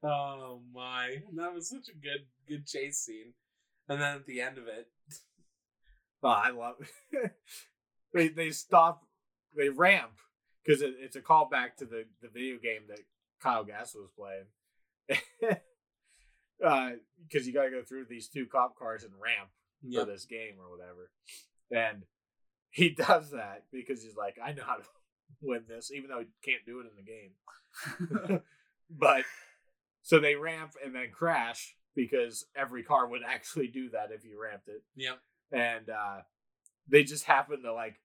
C: Oh my, that was such a good good chase scene, and then at the end of it,
B: Oh, I love. they they stop, they ramp because it, it's a callback to the the video game that Kyle Gass was playing. Because you got to go through these two cop cars and ramp
C: yep.
B: for this game or whatever, and he does that because he's like, I know how to win this, even though he can't do it in the game. but so they ramp and then crash because every car would actually do that if you ramped it
C: yep.
B: and uh, they just happen to like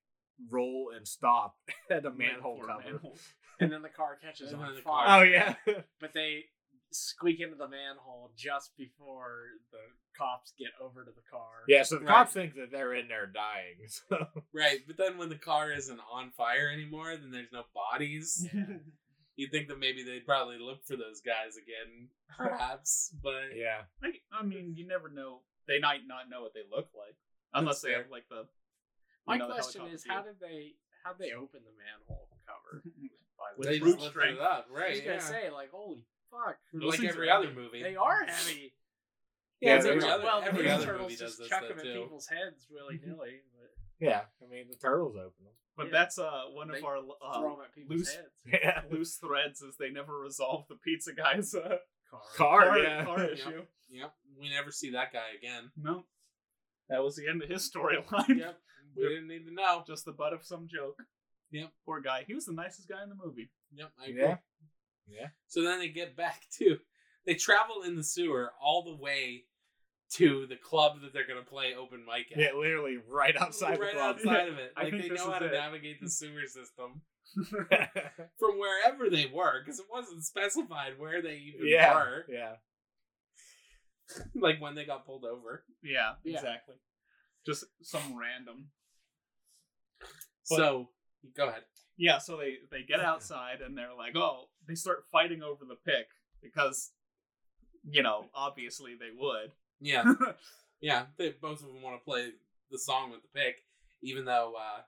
B: roll and stop at a manhole
A: Or
B: cover.
A: manhole.
D: And then the car catches
C: And
D: on
C: then the
D: fire.
C: car-
B: Oh yeah,
D: but they squeak into the manhole just before the cops get over to the car.
B: yeah. So the
C: Right.
B: cops think that they're in there dying. So
C: Right, but then when the car isn't on fire anymore, then there's no bodies. You'd think that maybe they'd probably look for those guys again, perhaps. But
B: yeah,
A: Like, I mean, you never know. They might not know what they look like unless they
C: fair.
A: have like the. you
D: My
A: know, the
D: question
A: helicopter
D: is, how
A: view.
D: did they how did they open the manhole cover? By the
A: With
C: they
D: way?
A: brute
C: just lifted
A: strength.
C: it up,
D: I
C: right?
D: was gonna
C: yeah.
D: say, like, holy fuck!
A: Those
C: like
A: things
C: every
A: are
C: other
A: heavy.
C: movie.
D: They are heavy.
B: Yeah,
C: it's
B: they
C: every
B: are.
C: other,
D: well,
C: every
D: the
C: other
D: turtles
C: movie does
D: just
C: this
D: chuck
C: stuff
D: them at
C: too.
D: people's heads willy nilly, but
B: yeah. I mean, the turtles open them.
A: But
D: Yeah.
A: that's uh one
D: They
A: of our
D: throw
A: uh,
D: them at people's
A: loose-
D: heads.
B: Yeah,
A: loose threads is they never resolve the pizza guy's uh,
D: Car.
B: car.
A: car,
B: yeah,
A: car
C: Yep.
A: issue.
C: Yep, we never see that guy again.
A: No, that was the end of his storyline.
C: Yep, we didn't need to know.
A: Just the butt of some joke.
C: Yep.
A: Poor guy. He was the nicest guy in the movie.
C: Yep, I agree.
B: yeah. Yeah.
C: So then they get back to they travel in the sewer all the way to the club that they're gonna play open mic at.
B: Yeah, literally right outside
C: right
B: the club.
C: outside of it.
A: I
C: Like
A: think
C: they
A: this
C: know
A: is
C: how to
A: it.
C: navigate the sewer system from wherever they were, because it wasn't specified where they even
B: Yeah.
C: were.
B: yeah,
C: Like when they got pulled over.
A: Yeah,
D: Yeah.
A: exactly. Just some random. But-
C: so go ahead.
A: Yeah, so they they get outside and they're like, oh, they start fighting over the pick because, you know, obviously they would.
C: Yeah. Yeah, they both of them want to play the song with the pick, even though uh,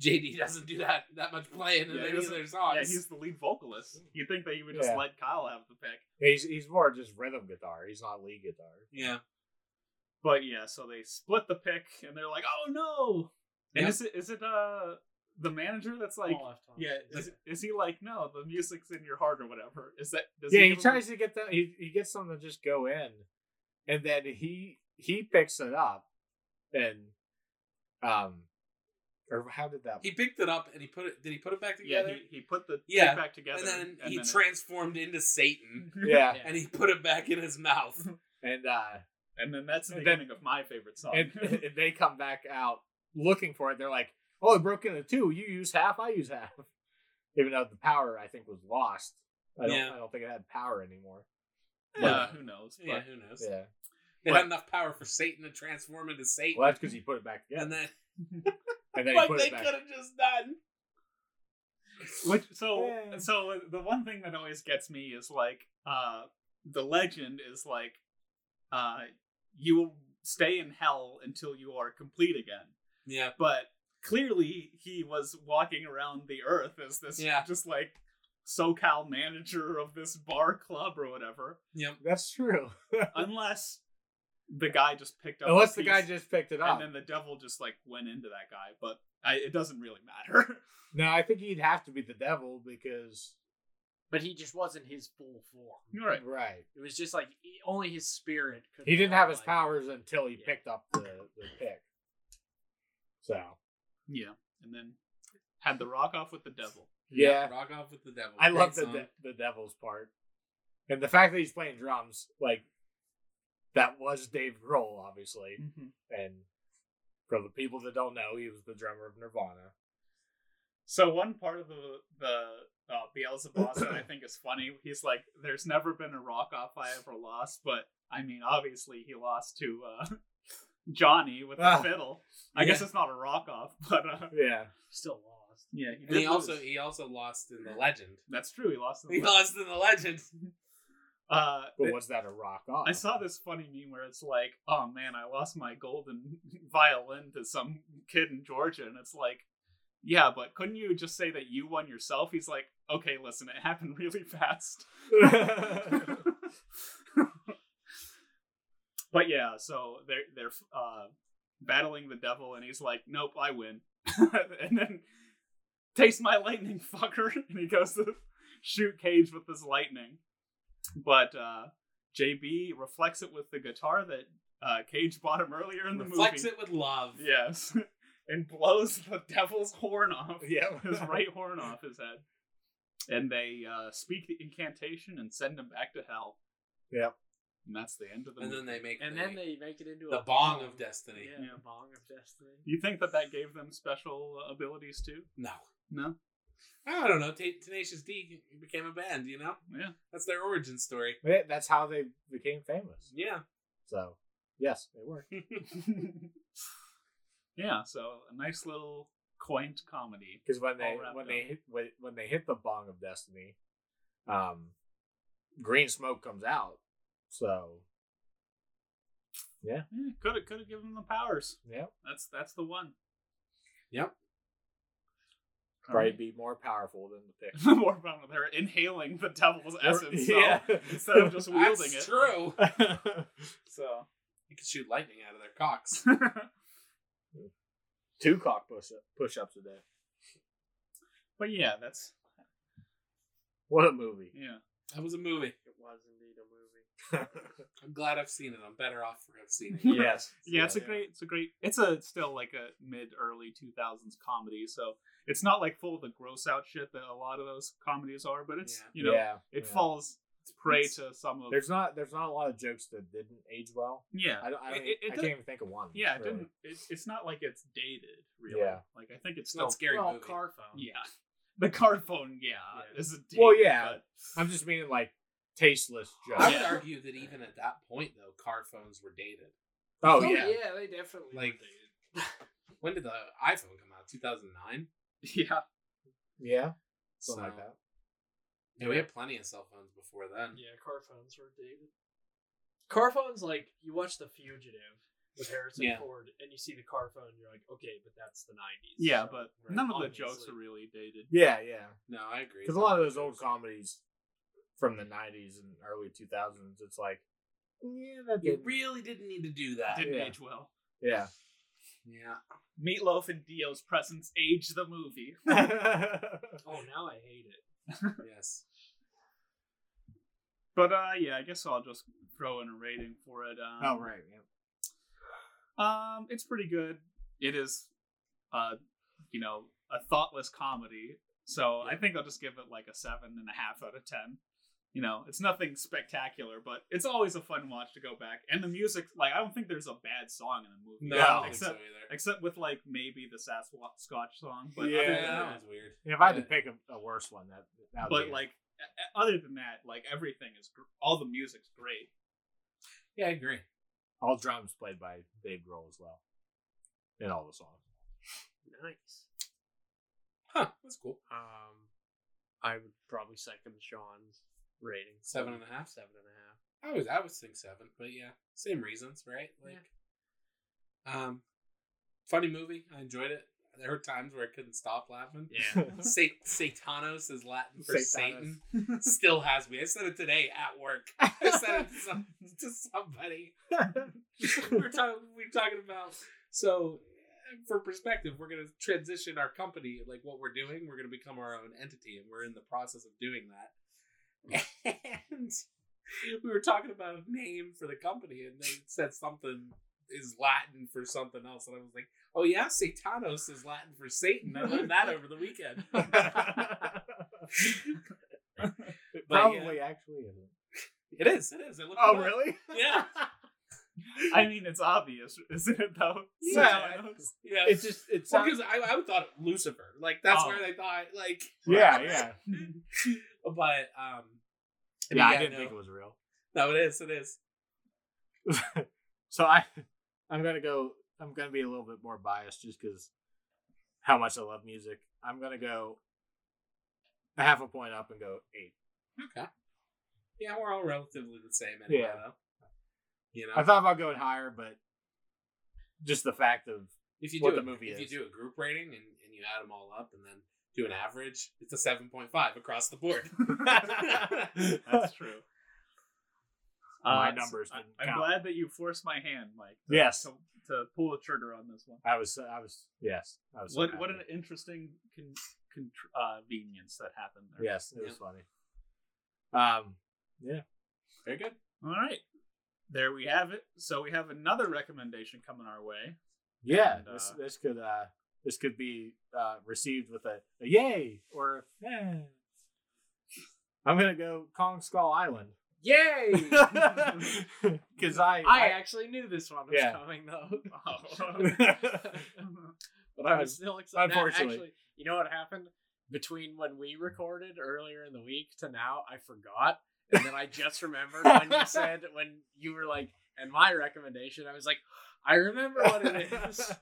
C: JD doesn't do that that much playing in
A: Yeah, he
C: any of
A: doesn't-
C: their
A: yeah,
C: songs.
A: he's the lead vocalist. You would think that he would just
B: Yeah.
A: let Kyle have the pick,
B: he's he's more just rhythm guitar. He's not lead guitar.
C: yeah,
A: but yeah, so they split the pick and they're like, oh no. And
C: Yeah.
A: is it is it uh the manager that's like.
D: All left on.
A: Yeah, is, is he like no? The music's in your heart or whatever. Is that? Does
B: yeah,
A: he
B: he
A: give him-
B: tries to get them. He, he gets them to just go in, and then he he picks it up, and um, or how did that?
C: he picked it up and he put it. Did he put it back
A: Yeah,
C: together?
A: he, he put the
C: Yeah,
A: pick back together,
C: and then he
A: it-
C: transformed into Satan
B: yeah,
D: Yeah.
C: and he put it back in his mouth.
B: and uh,
A: and then that's the
B: And then-
A: beginning of my favorite song.
B: and, and they come back out looking for it. They're like, "Oh, it broke into two. You use half. I use half." Even though the power, I think, was lost. I don't.
C: Yeah.
B: I don't think it had power anymore.
A: yeah, who knows? But
C: Yeah, who knows?
B: Yeah.
C: They had enough power for Satan to transform into Satan.
B: Well, that's because he put it back
C: And
B: together.
C: then,
B: And then he
C: like,
B: put
C: they
B: it
C: could
B: back.
C: have just done.
A: Which so
B: Yeah.
A: so uh, the one thing that always gets me is like uh the legend is like uh you will stay in hell until you are complete again.
C: Yeah.
A: But clearly he was walking around the earth as this
C: Yeah.
A: just like SoCal manager of this bar club or whatever.
C: Yep.
B: That's true.
A: Unless the guy just picked up a
B: Unless the guy
A: piece
B: just picked it up.
A: and then the devil just like went into that guy, but I, it doesn't really matter.
B: No, I think he'd have to be the devil because
D: But he just wasn't his full form.
A: All right.
B: right.
D: It was just like he- only his spirit. Could
B: He didn't
D: become,
B: have his
D: like-
B: powers until he
D: Yeah.
B: picked up the, the pick. So
A: Yeah, and then had the rock off with the devil.
B: yeah,
C: Rock off with the devil.
B: I love the
C: Great song.
B: de- the devil's part, and the fact that he's playing drums like that was Dave Grohl, obviously,
A: Mm-hmm.
B: and for the people that don't know, he was the drummer of Nirvana.
A: So one part of the the uh, Beelzebub that I think is funny, he's like, "There's never been a rock off I ever lost, but I mean, obviously he lost to uh, Johnny with the
B: Ah.
A: fiddle. I guess it's not a rock off, but uh,
B: Yeah.
D: Still lost.
A: yeah, he,
C: And he
A: did
C: also
A: lose.
C: he also lost in the legend.
A: that's true. He lost. in the
C: He
A: last-
C: lost in the legend.
A: Uh,
B: But was that a rock off?
A: I saw this funny meme where it's like, "Oh man, I lost my golden violin to some kid in Georgia," and it's like, "Yeah, but couldn't you just say that you won yourself?" He's like, "Okay, listen, it happened really fast." but yeah, so they're they're uh, battling the devil, and he's like, "Nope, I win," and then taste my lightning, fucker, and he goes to shoot Cage with his lightning, but. uh JB reflects it with the guitar that uh, Cage bought him earlier in the
C: Reflects
A: movie.
C: it with love.
A: Yes. and blows the devil's horn off.
B: Yeah.
A: His right horn off his head. And they uh, speak the incantation and send him back to hell.
B: Yep.
A: And that's the end of the
C: And
A: movie.
C: then they make
D: And
C: the,
D: then they make it into
C: the
D: a
C: bong of destiny.
D: Yeah,
A: Yeah.
D: the bong of destiny.
A: Do you think that that gave them special abilities too?
C: No.
A: No?
C: I don't know. T- Tenacious D became a band, you know?
A: Yeah.
C: That's their origin story.
B: Yeah, That's how they became famous.
C: Yeah.
B: So, yes, it worked.
A: yeah, so a nice little quaint comedy.
B: Because when they
A: All wrapped
B: when they hit when, when they hit the bong of destiny, um, green smoke comes out. So,
A: Yeah, could have could have given them the powers.
B: yeah,
A: That's that's the one.
C: Yep.
A: All
B: probably
A: right.
B: be more powerful than the picture.
A: the more problem they're inhaling the devil's essence though, instead of just wielding
C: That's
A: it.
C: true.
A: So
C: You can shoot lightning out of their cocks.
B: two cock push up, push ups a day.
A: But yeah, that's
B: What a movie!
A: yeah.
C: That was a movie.
D: It was indeed a movie.
C: I'm glad I've seen it. I'm better off for I've seen it.
B: yes,
A: Yeah, it's a
C: Yeah.
A: great it's a great it's a still like a mid early two thousands comedy, so it's not like full of the gross out shit that a lot of those comedies are, but it's
C: Yeah.
A: you know
B: yeah,
A: it
B: yeah.
A: falls prey
B: It's-
A: to some of
B: There's not there's not a lot of jokes that didn't age well.
A: yeah.
B: I don't, I,
A: It-
B: don't,
A: it- it
B: I
A: does-
B: can't even think of one.
A: Yeah, it
B: really.
A: didn't it, it's not like it's dated really.
B: Yeah.
A: Like I think it's
C: It's
A: still
C: not scary
D: well,
C: movie.
D: car phone.
A: Yeah. The card phone, yeah.
D: Yeah.
A: Is a
B: Well,
A: dated,
B: yeah.
A: but-
B: I'm just meaning like tasteless jokes.
C: I would
A: Yeah.
C: argue that even at that point, though, car phones were dated.
B: Oh yeah,
D: yeah, they definitely
C: Like-
D: were dated.
C: When did the iPhone come out? 2009?
A: Yeah.
B: yeah,
C: So,
B: something like that.
C: Yeah, we had plenty of cell phones before then.
D: Yeah, car phones were dated. Car phones, like you watch The Fugitive with Harrison
C: Yeah.
D: Ford, and you see the car phone, you're like, okay, but that's the '90s.
A: Yeah,
D: so-
A: but
C: right,
A: none of the
D: obviously.
A: jokes are really dated.
B: Yeah, yeah.
C: No, I agree.
B: Because a lot of those old comedies from the '90s and early 2000s, it's like, yeah, that
C: You
B: didn't-
C: really didn't need to do that.
A: Didn't
B: yeah.
A: age well.
B: yeah.
C: Yeah.
A: Meatloaf and Dio's presence aged the movie.
D: oh, now I hate it.
C: yes.
A: But uh, yeah, I guess I'll just throw in a rating for it. Um,
B: oh right, yeah.
A: Um, it's pretty good. It is, uh, you know, a thoughtless comedy. So I think I'll just give it like a seven and a half out of ten. You know, it's nothing spectacular, but it's always a fun watch to go back. And the music, like, I don't think there's a bad song in the movie.
C: No, I don't think so
A: except
C: either.
A: except with like maybe the Sasquatch song, but
B: Yeah.
A: other
C: yeah,
A: than
C: that
A: that,
C: was weird.
B: If I had to pick a, a worse one, that, that would
A: but
B: be it.
A: like o- o- other than that, like everything is gr- all the music's great.
C: Yeah, I agree.
B: all drums played by Dave Grohl as well, in all the songs.
D: Nice.
C: Huh, that's cool.
D: Um, I would probably second Sean's rating.
C: Seven and a half?
D: Seven and a half.
C: I was I was think seven, but yeah, same reasons, right? Like, um, funny movie. I enjoyed it. There were times where I couldn't stop laughing.
D: Yeah.
C: Sa- Satanos is Latin for
B: Satanos.
C: Satan. Still has me. I said it today at work. I said it to, some, to somebody. we were talking. We were talking about so. For perspective, we're going to transition our company, like what we're doing. We're going to become our own entity, and we're in the process of doing that. And we were talking about a name for the company, and they said something is Latin for something else, and I was like, "Oh yeah, Satanos is Latin for Satan." I learned that over the weekend.
B: It
C: But,
B: probably actually isn't.
C: It is. It is. I looked it up.
B: Oh, really?
C: Yeah.
A: I mean, it's obvious, isn't it? Though.
B: Yeah.
A: Sopranos?
C: Yeah.
B: It's just it's
C: because I, I thought Lucifer. Like that's
A: Oh.
C: where they thought. Like.
B: yeah, yeah,
C: But um.
B: yeah. I
C: yeah,
B: didn't
C: no.
B: think it was real.
C: No, it is. It is.
B: so I, I'm gonna go. I'm gonna be a little bit more biased just because how much I love music. I'm gonna go a half a point up and go eight.
C: Okay. Yeah, we're all relatively the same anyway,
B: Yeah.
C: though. You know,
B: I thought about going higher, but just the fact of
C: if you
B: what
C: do
B: the
C: a,
B: movie
C: if
B: is.
C: you do a group rating and, and you add them all up and then do an average, it's a seven point five across the board.
A: That's true.
B: my
A: Uh,
B: numbers
A: so
B: didn't
A: I, am
B: count.
A: glad that you forced my hand, Mike. To,
B: Yes.
A: To, to pull the trigger on this one.
B: I was, I was, yes, I was. so
A: What what an
B: happy.
A: interesting con- con- uh, convenience that happened there.
B: Yes, it
C: Yeah.
B: was funny. Um,
C: Very good.
A: All right. There we have it. So we have another recommendation coming our way.
B: yeah,
A: And,
B: this
A: uh,
B: this could uh this could be uh received with a, a yay or a, eh. I'm gonna go Kong Skull Island
D: Yay!
B: because I,
D: I actually knew this one was
B: Yeah.
D: coming though.
B: but
D: I was still excited.
B: Unfortunately.
D: actually, you know what happened between when we recorded earlier in the week to now? I forgot, and then I just remembered when you said when you were like, and my recommendation. I was like, I remember what it is.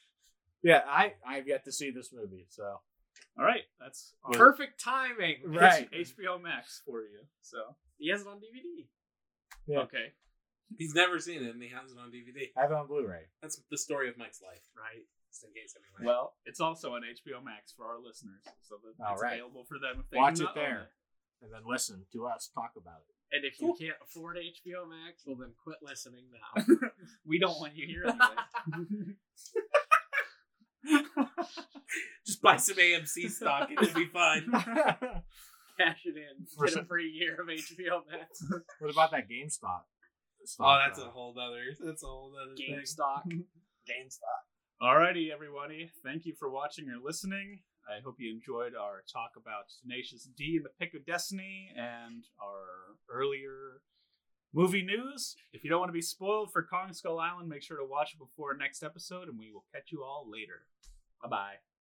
B: yeah, I I've yet to see this movie, so
A: All right. That's on
D: Perfect timing.
A: H-
B: Right.
A: HBO Max for you. So
D: He has it on DVD.
B: Yeah.
A: okay.
C: He's never seen it and he has it on DVD.
B: I have it on Blu-ray.
C: That's the story of Mike's life,
D: Right.
C: just in case anyone.
A: Well, it's also on HBO Max for our listeners, so that
B: All
A: it's
B: right.
A: available for them if they
B: Watch
A: do
B: it
A: not own
B: there, and then listen to us talk about it.
D: And if you
C: Cool.
D: can't afford HBO Max, well then quit listening now.
A: We don't want you here anyway.
C: just buy some AMC stock and it'll be fine.
D: Cash it in. Get a free year of HBO Max.
B: what about that GameStop?
C: Oh, that's a whole other. That's a whole other
D: Game
C: thing.
D: stock.
C: GameStop.
A: Alrighty, everybody. Thank you for watching or listening. I hope you enjoyed our talk about Tenacious D and the Pick of Destiny and our earlier movie news. If you don't want to be spoiled for Kong Skull Island, make sure to watch it before our next episode, and we will catch you all later. Bye bye.